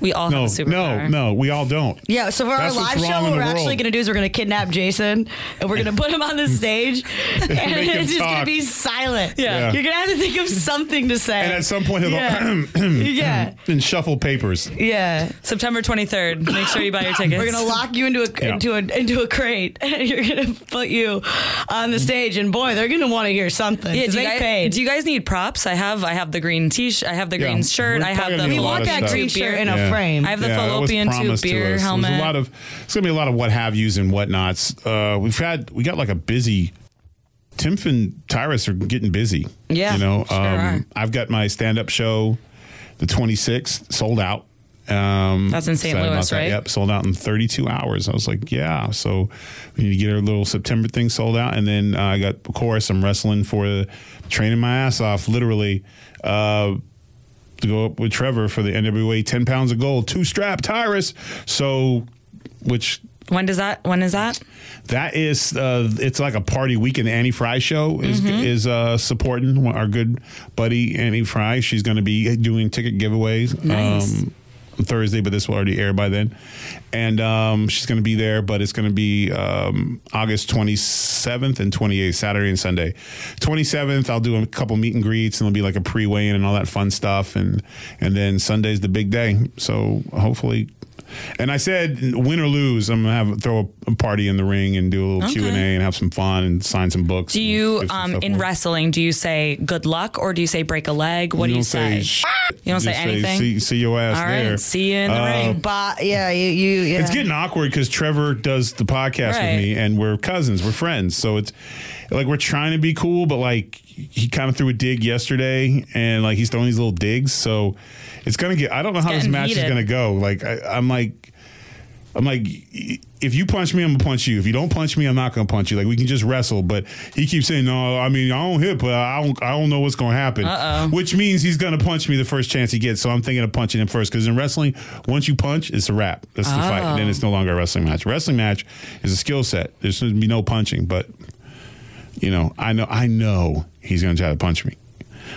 [SPEAKER 3] We all
[SPEAKER 1] No,
[SPEAKER 3] have
[SPEAKER 1] no,
[SPEAKER 3] a superpower.
[SPEAKER 1] no. We all don't.
[SPEAKER 2] Yeah, so for our
[SPEAKER 1] That's what's
[SPEAKER 2] live
[SPEAKER 1] wrong
[SPEAKER 2] show,
[SPEAKER 1] in
[SPEAKER 2] what
[SPEAKER 1] the
[SPEAKER 2] we're
[SPEAKER 1] world.
[SPEAKER 2] actually going to do is we're going to kidnap Jason and we're going to put him on the stage and
[SPEAKER 1] Make him
[SPEAKER 2] it's just going
[SPEAKER 1] talk.
[SPEAKER 2] to be silent.
[SPEAKER 1] Yeah.
[SPEAKER 2] You're going to have to think of something to say.
[SPEAKER 1] And hmm. at some point he'll
[SPEAKER 2] yeah.
[SPEAKER 1] go
[SPEAKER 2] yeah.
[SPEAKER 1] and shuffle papers.
[SPEAKER 2] Yeah.
[SPEAKER 3] September 23rd. Make sure you buy your tickets.
[SPEAKER 2] We're going to lock you into a
[SPEAKER 1] Yeah.
[SPEAKER 2] into a into a crate and you're going to put you on
[SPEAKER 1] Hmm.
[SPEAKER 2] the stage and boy, they're going to want to hear something.
[SPEAKER 3] Yeah,
[SPEAKER 2] 'cause
[SPEAKER 3] do
[SPEAKER 2] they
[SPEAKER 3] you, guys,
[SPEAKER 2] paid.
[SPEAKER 3] do you guys need props? I have I have the green t shirt. I have the
[SPEAKER 1] Yeah,
[SPEAKER 3] green shirt.
[SPEAKER 1] we're
[SPEAKER 3] I
[SPEAKER 1] probably
[SPEAKER 3] have
[SPEAKER 1] gonna
[SPEAKER 3] the
[SPEAKER 1] need
[SPEAKER 2] we
[SPEAKER 1] a lot
[SPEAKER 2] want
[SPEAKER 1] of
[SPEAKER 2] that
[SPEAKER 1] stuff.
[SPEAKER 2] green shirt in
[SPEAKER 1] Yeah.
[SPEAKER 2] a frame.
[SPEAKER 3] I have the
[SPEAKER 1] that was
[SPEAKER 3] fallopian tube
[SPEAKER 1] promised to
[SPEAKER 3] beer
[SPEAKER 1] us.
[SPEAKER 3] helmet.
[SPEAKER 1] There's a lot of it's gonna be a lot of what have yous and whatnots. Uh, we've had we got like a busy. Timf and Tyrus are getting busy.
[SPEAKER 2] Yeah,
[SPEAKER 1] you know,
[SPEAKER 3] sure
[SPEAKER 1] um,
[SPEAKER 3] are.
[SPEAKER 1] I've got my stand up show, the 26th, sold out. Um,
[SPEAKER 3] That's in St.
[SPEAKER 1] excited about
[SPEAKER 3] Louis,
[SPEAKER 1] that.
[SPEAKER 3] right?
[SPEAKER 1] Yep, sold out in 32 hours. I was like, yeah. So we need to get our little September thing sold out, and then uh, I got, of course, I'm wrestling for the training my ass off, literally. Uh, to go up with Trevor for the NWA 10 pounds of gold, two strap Tyrus. So, which
[SPEAKER 3] when does that when is that?
[SPEAKER 1] that is, uh, it's like a party weekend. Annie Fry show is is uh, supporting our good buddy Annie Fry. She's going to be doing ticket giveaways.
[SPEAKER 3] Nice.
[SPEAKER 1] Um, on Thursday, but this will already air by then. And um, she's going to be there, but it's going to be um, August 27th and 28th, Saturday and Sunday. 27th, I'll do a couple meet and greets, and it'll be like a pre weigh-in and all that fun stuff. And and then Sunday's the big day, so hopefully. And I said, win or lose, I'm gonna have throw a party in the ring and do a little Q and A and have some fun and sign some books.
[SPEAKER 3] Do
[SPEAKER 1] and
[SPEAKER 3] you
[SPEAKER 1] give some
[SPEAKER 3] um,
[SPEAKER 1] stuff
[SPEAKER 3] in
[SPEAKER 1] away.
[SPEAKER 3] wrestling? Do you say good luck or do you say break a leg? What do you say?
[SPEAKER 1] sh-
[SPEAKER 3] You don't say
[SPEAKER 1] just
[SPEAKER 3] anything?
[SPEAKER 1] See, see your ass
[SPEAKER 3] All right,
[SPEAKER 1] there. Uh,
[SPEAKER 3] see you in the ring.
[SPEAKER 2] But yeah, you, you yeah.
[SPEAKER 1] It's getting awkward because Trevor does the podcast
[SPEAKER 3] Right.
[SPEAKER 1] with me, and we're cousins, we're friends. So it's like we're trying to be cool, but like he kind of threw a dig yesterday, and like he's throwing these little digs. So it's gonna get. I don't know how this
[SPEAKER 3] getting
[SPEAKER 1] match is
[SPEAKER 3] heated.
[SPEAKER 1] gonna go. Like I, I'm like. I'm like, if you punch me, I'm gonna punch you. If you don't punch me, I'm not gonna punch you. Like we can just wrestle. But he keeps saying, no, I mean, I don't hit, but I don't, I don't know what's gonna happen. Uh-oh. Which means he's gonna punch me the first chance he gets. So I'm thinking of punching him first because in wrestling, once you punch, it's a wrap. That's the fight.
[SPEAKER 3] Oh.
[SPEAKER 1] then it's no longer a wrestling match. Wrestling match is a skill set. There's gonna be no punching. But you know, I know, I know he's gonna try to punch me.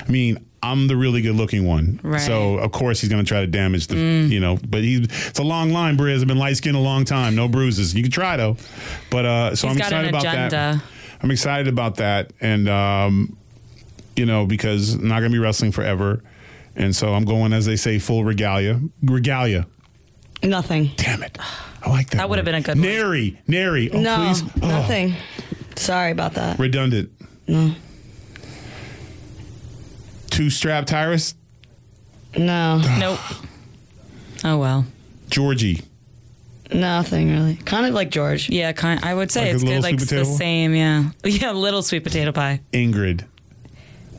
[SPEAKER 1] I mean. I'm the really good looking one.
[SPEAKER 3] Right.
[SPEAKER 1] So of course he's going to try to damage the, you know, but he, it's a long line. Briz has been light skinned a long time, no bruises. You can try though, but uh, so
[SPEAKER 3] He's
[SPEAKER 1] I'm
[SPEAKER 3] got an
[SPEAKER 1] excited about that.
[SPEAKER 3] agenda.
[SPEAKER 1] I'm excited about that, and um, you know, because I'm not going to be wrestling forever, and so I'm going as they say full regalia, regalia.
[SPEAKER 2] nothing.
[SPEAKER 1] Damn it, I like that.
[SPEAKER 3] That would've
[SPEAKER 1] word.
[SPEAKER 3] been a good one.
[SPEAKER 1] nary, nary. Oh,
[SPEAKER 2] no,
[SPEAKER 1] please. Oh,
[SPEAKER 2] nothing. Sorry about that.
[SPEAKER 1] redundant.
[SPEAKER 2] No,
[SPEAKER 1] Two strap Tyrus,
[SPEAKER 2] no,
[SPEAKER 3] Nope. Oh well.
[SPEAKER 1] Georgie.
[SPEAKER 2] nothing really. Kind of like George.
[SPEAKER 3] Yeah, kind. I would say
[SPEAKER 1] Like a
[SPEAKER 3] it's
[SPEAKER 1] little
[SPEAKER 3] good. Like
[SPEAKER 1] sweet
[SPEAKER 3] it's the
[SPEAKER 1] potato?
[SPEAKER 3] same. Yeah. Yeah, little sweet potato pie.
[SPEAKER 1] Ingrid.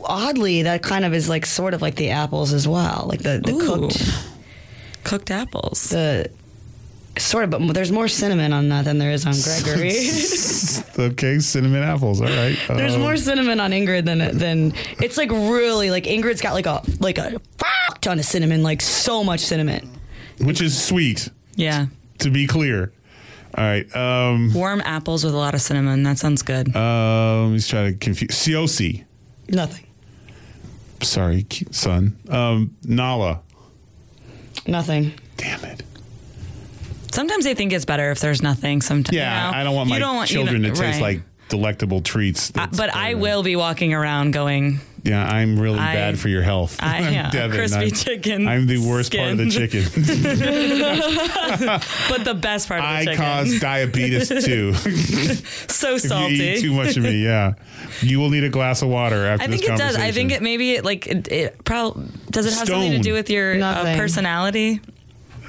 [SPEAKER 2] Oddly, that kind of is like sort of like the apples as well, like the the
[SPEAKER 3] Ooh.
[SPEAKER 2] cooked
[SPEAKER 3] Cooked apples.
[SPEAKER 2] the. Sort of, but there's more cinnamon on that than there is on Gregory.
[SPEAKER 1] okay, cinnamon apples. All right.
[SPEAKER 2] There's
[SPEAKER 1] Um,
[SPEAKER 2] more cinnamon on Ingrid than than it's like really like Ingrid's got like a like a fuck ton of cinnamon, like so much cinnamon.
[SPEAKER 1] Um, which is sweet.
[SPEAKER 3] Yeah.
[SPEAKER 1] To be clear. All right. Um,
[SPEAKER 3] Warm apples with a lot of cinnamon. That sounds good.
[SPEAKER 1] um, he's trying to confuse Siosi.
[SPEAKER 2] Nothing.
[SPEAKER 1] Sorry, ki- son. Um, Nala.
[SPEAKER 2] Nothing.
[SPEAKER 1] Damn it.
[SPEAKER 3] Sometimes they think it's better if there's nothing. Sometimes.
[SPEAKER 1] Yeah, I don't want my children to taste like delectable treats.
[SPEAKER 3] Uh,
[SPEAKER 1] That's
[SPEAKER 3] but I
[SPEAKER 1] better.
[SPEAKER 3] will be walking around going.
[SPEAKER 1] Yeah, I'm really
[SPEAKER 3] I-
[SPEAKER 1] bad for your health.
[SPEAKER 3] I- yeah, crispy
[SPEAKER 1] I'm,
[SPEAKER 3] chicken
[SPEAKER 1] I'm the worst part of the
[SPEAKER 3] skin.
[SPEAKER 1] chicken.
[SPEAKER 3] But the best part of the
[SPEAKER 1] I
[SPEAKER 3] chicken.
[SPEAKER 1] cause diabetes too.
[SPEAKER 3] so
[SPEAKER 1] if
[SPEAKER 3] salty.
[SPEAKER 1] you eat too much of me, yeah, you will need a glass of water after
[SPEAKER 3] I
[SPEAKER 1] this
[SPEAKER 3] think it does.
[SPEAKER 1] conversation.
[SPEAKER 3] I think it maybe it, like it, it probably does it have something to
[SPEAKER 1] Stone.
[SPEAKER 3] do with your uh,
[SPEAKER 2] Nothing.
[SPEAKER 3] personality?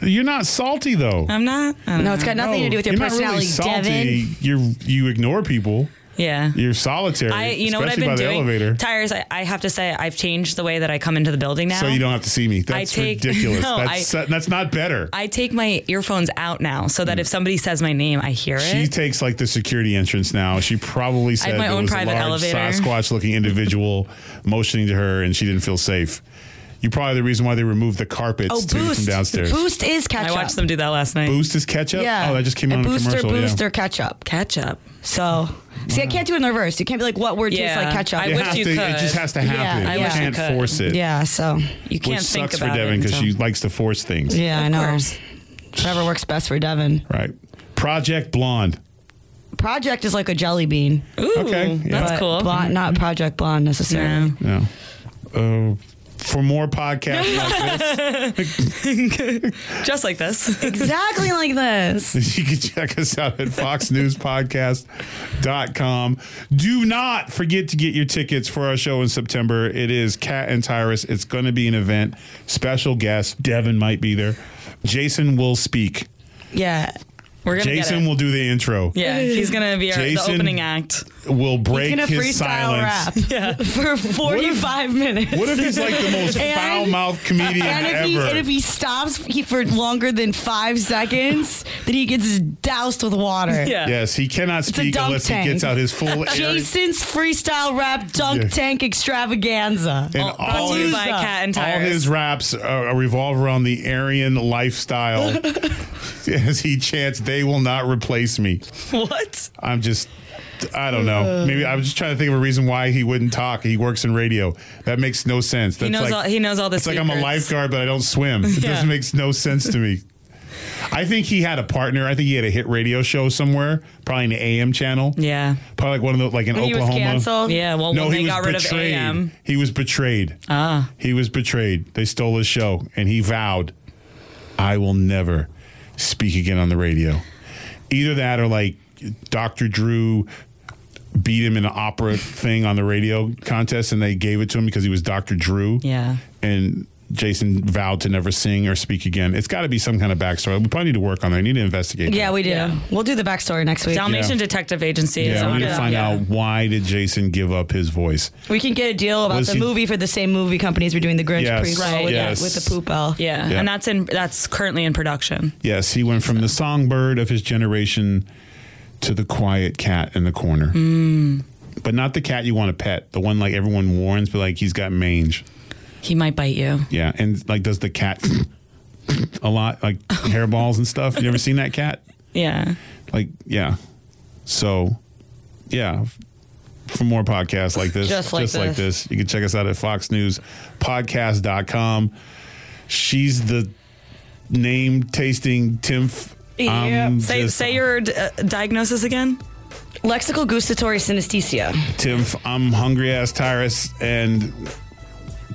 [SPEAKER 1] You're not salty though.
[SPEAKER 3] I'm not. I don't
[SPEAKER 2] No, it's got nothing to do with your
[SPEAKER 1] Mm, you're not
[SPEAKER 2] personality, Devin.
[SPEAKER 1] You're you ignore people.
[SPEAKER 3] Yeah.
[SPEAKER 1] You're solitary.
[SPEAKER 3] I you know what I've
[SPEAKER 1] especially
[SPEAKER 3] been
[SPEAKER 1] by
[SPEAKER 3] doing.
[SPEAKER 1] the elevator,
[SPEAKER 3] Tires. I, I have to say I've changed the way that I come into the building now.
[SPEAKER 1] so you don't have to see me. That's
[SPEAKER 3] take-
[SPEAKER 1] ridiculous.
[SPEAKER 3] No,
[SPEAKER 1] that's that's not better.
[SPEAKER 3] I take my earphones out now so that if somebody says my name, I hear
[SPEAKER 1] Mm. she
[SPEAKER 3] it.
[SPEAKER 1] takes like the security entrance now. She probably said
[SPEAKER 3] my
[SPEAKER 1] there
[SPEAKER 3] own
[SPEAKER 1] was
[SPEAKER 3] private
[SPEAKER 1] a large
[SPEAKER 3] elevator.
[SPEAKER 1] Sasquatch-looking individual motioning to her, and she didn't feel safe. You probably the reason why they removed the carpets
[SPEAKER 2] Oh,
[SPEAKER 1] too
[SPEAKER 2] boost.
[SPEAKER 1] from downstairs.
[SPEAKER 2] Boost is ketchup.
[SPEAKER 3] I watched them do that last night.
[SPEAKER 1] Boost is ketchup.
[SPEAKER 2] Yeah.
[SPEAKER 1] Oh, that just came out on a
[SPEAKER 2] booster,
[SPEAKER 1] commercial. yeah.
[SPEAKER 2] Booster ketchup.
[SPEAKER 3] Ketchup.
[SPEAKER 2] So, see, I can't do it in the reverse. You can't be like, what word tastes
[SPEAKER 3] Yeah.
[SPEAKER 2] like ketchup?
[SPEAKER 3] I
[SPEAKER 1] It
[SPEAKER 3] wish
[SPEAKER 1] has
[SPEAKER 3] you
[SPEAKER 1] to- It
[SPEAKER 3] could.
[SPEAKER 1] just has to happen.
[SPEAKER 2] I
[SPEAKER 1] you
[SPEAKER 2] wish you
[SPEAKER 1] can't
[SPEAKER 3] could.
[SPEAKER 1] force it.
[SPEAKER 2] yeah. So,
[SPEAKER 3] You can't
[SPEAKER 1] Which
[SPEAKER 3] think
[SPEAKER 1] sucks for
[SPEAKER 3] about
[SPEAKER 1] Devin
[SPEAKER 3] it
[SPEAKER 1] because she
[SPEAKER 3] until-
[SPEAKER 1] likes to force things.
[SPEAKER 2] yeah, I
[SPEAKER 3] Of
[SPEAKER 2] know.
[SPEAKER 3] course.
[SPEAKER 2] Whatever works best for Devin.
[SPEAKER 1] Right. Project Blonde.
[SPEAKER 2] Project is like a jelly bean.
[SPEAKER 3] Ooh,
[SPEAKER 1] Okay, yeah.
[SPEAKER 3] that's
[SPEAKER 2] but
[SPEAKER 3] cool. Mm-hmm.
[SPEAKER 2] blonde- not Project Blonde necessarily.
[SPEAKER 3] Yeah.
[SPEAKER 1] No. Uh, for more podcasts like
[SPEAKER 3] Just like this.
[SPEAKER 2] Exactly like this.
[SPEAKER 1] this, you can check us out at foxnewspodcast.com. Do not forget to get your tickets for our show in September. It is Cat and Tyrus. It's going to be an event. Special guest, Devin might be there. Jason will speak.
[SPEAKER 2] Yeah.
[SPEAKER 3] We're gonna
[SPEAKER 1] Jason
[SPEAKER 3] get it.
[SPEAKER 1] will do the intro.
[SPEAKER 3] yeah, he's gonna be our,
[SPEAKER 1] Jason-
[SPEAKER 3] the opening act.
[SPEAKER 1] Will break
[SPEAKER 2] Gonna
[SPEAKER 1] his silence.
[SPEAKER 3] Yeah.
[SPEAKER 2] for 45 minutes.
[SPEAKER 1] What if he's like the most foul
[SPEAKER 2] And-
[SPEAKER 1] mouthed comedian
[SPEAKER 2] and if,
[SPEAKER 1] ever?
[SPEAKER 2] he, and if he stops he, for longer than five seconds, then he gets doused with water.
[SPEAKER 3] Yeah.
[SPEAKER 1] Yes, he cannot
[SPEAKER 2] a
[SPEAKER 1] speak
[SPEAKER 2] dunk
[SPEAKER 1] unless
[SPEAKER 2] tank.
[SPEAKER 1] he gets out his full air.
[SPEAKER 2] Jason's freestyle rap dunk
[SPEAKER 1] Yeah.
[SPEAKER 2] tank extravaganza.
[SPEAKER 1] And
[SPEAKER 3] All- brought to you by Cat and
[SPEAKER 1] all
[SPEAKER 3] Tires.
[SPEAKER 1] his raps uh, revolve around the Aryan lifestyle as he chants, They will not replace me.
[SPEAKER 3] what?
[SPEAKER 1] I'm just, I don't know. Maybe I was just trying to think of a reason why he wouldn't talk. He works in radio. That makes no sense. That's
[SPEAKER 3] He knows
[SPEAKER 1] like,
[SPEAKER 3] all. He knows all this.
[SPEAKER 1] it's like I'm a lifeguard, but I don't swim. It
[SPEAKER 3] Yeah.
[SPEAKER 1] just makes no sense to me. I think he had a partner. I think he had a hit radio show somewhere, probably an AM channel.
[SPEAKER 3] Yeah.
[SPEAKER 1] Probably like one of the like in
[SPEAKER 2] He was
[SPEAKER 1] Oklahoma.
[SPEAKER 2] canceled.
[SPEAKER 3] Yeah. Well,
[SPEAKER 1] no,
[SPEAKER 3] when
[SPEAKER 1] he
[SPEAKER 3] they
[SPEAKER 1] was
[SPEAKER 3] got rid of
[SPEAKER 1] betrayed.
[SPEAKER 3] AM,
[SPEAKER 1] He was betrayed. Ah. He was betrayed. They stole his show, and he vowed, "I will never speak again on the radio." Either that, or like Dr. Drew beat him in an opera thing on the radio contest, and they gave it to him because he was Dr. Drew.
[SPEAKER 3] Yeah.
[SPEAKER 1] and. Jason vowed to never sing or speak again. It's got to be some kind of backstory. We probably need to work on that. I need to investigate.
[SPEAKER 2] Yeah,
[SPEAKER 1] that.
[SPEAKER 2] we do. We'll do the backstory next week.
[SPEAKER 3] Dalmatian Detective Agency. is
[SPEAKER 1] yeah. We
[SPEAKER 3] on
[SPEAKER 1] need to
[SPEAKER 3] it.
[SPEAKER 1] find
[SPEAKER 3] Yeah.
[SPEAKER 1] out why did Jason give up his voice.
[SPEAKER 2] we can get a deal about
[SPEAKER 1] Was
[SPEAKER 2] the
[SPEAKER 1] he-
[SPEAKER 2] movie for the same movie companies we're doing the Grinch
[SPEAKER 1] Yes,
[SPEAKER 2] prequel
[SPEAKER 1] Right.
[SPEAKER 2] with,
[SPEAKER 1] yes.
[SPEAKER 2] with the poop owl.
[SPEAKER 3] Yeah.
[SPEAKER 1] Yeah.
[SPEAKER 3] and that's in that's currently in production.
[SPEAKER 1] Yes, he went from the songbird of his generation to the quiet cat in the corner. But not the cat you want to pet, the one like everyone warns, but like he's got mange.
[SPEAKER 3] He might bite you.
[SPEAKER 1] Yeah, and like does the cat a lot, like hairballs and stuff. You ever seen that cat?
[SPEAKER 3] Yeah,
[SPEAKER 1] Like, yeah. So, yeah. For more podcasts like this,
[SPEAKER 2] Just like this.
[SPEAKER 1] you can check us out at foxnewspodcast.com. She's the name tasting Timf. I'm
[SPEAKER 3] say
[SPEAKER 1] just-
[SPEAKER 3] say your d- uh, diagnosis again.
[SPEAKER 2] Lexical gustatory synesthesia.
[SPEAKER 1] Tim, I'm hungry ass Tyrus and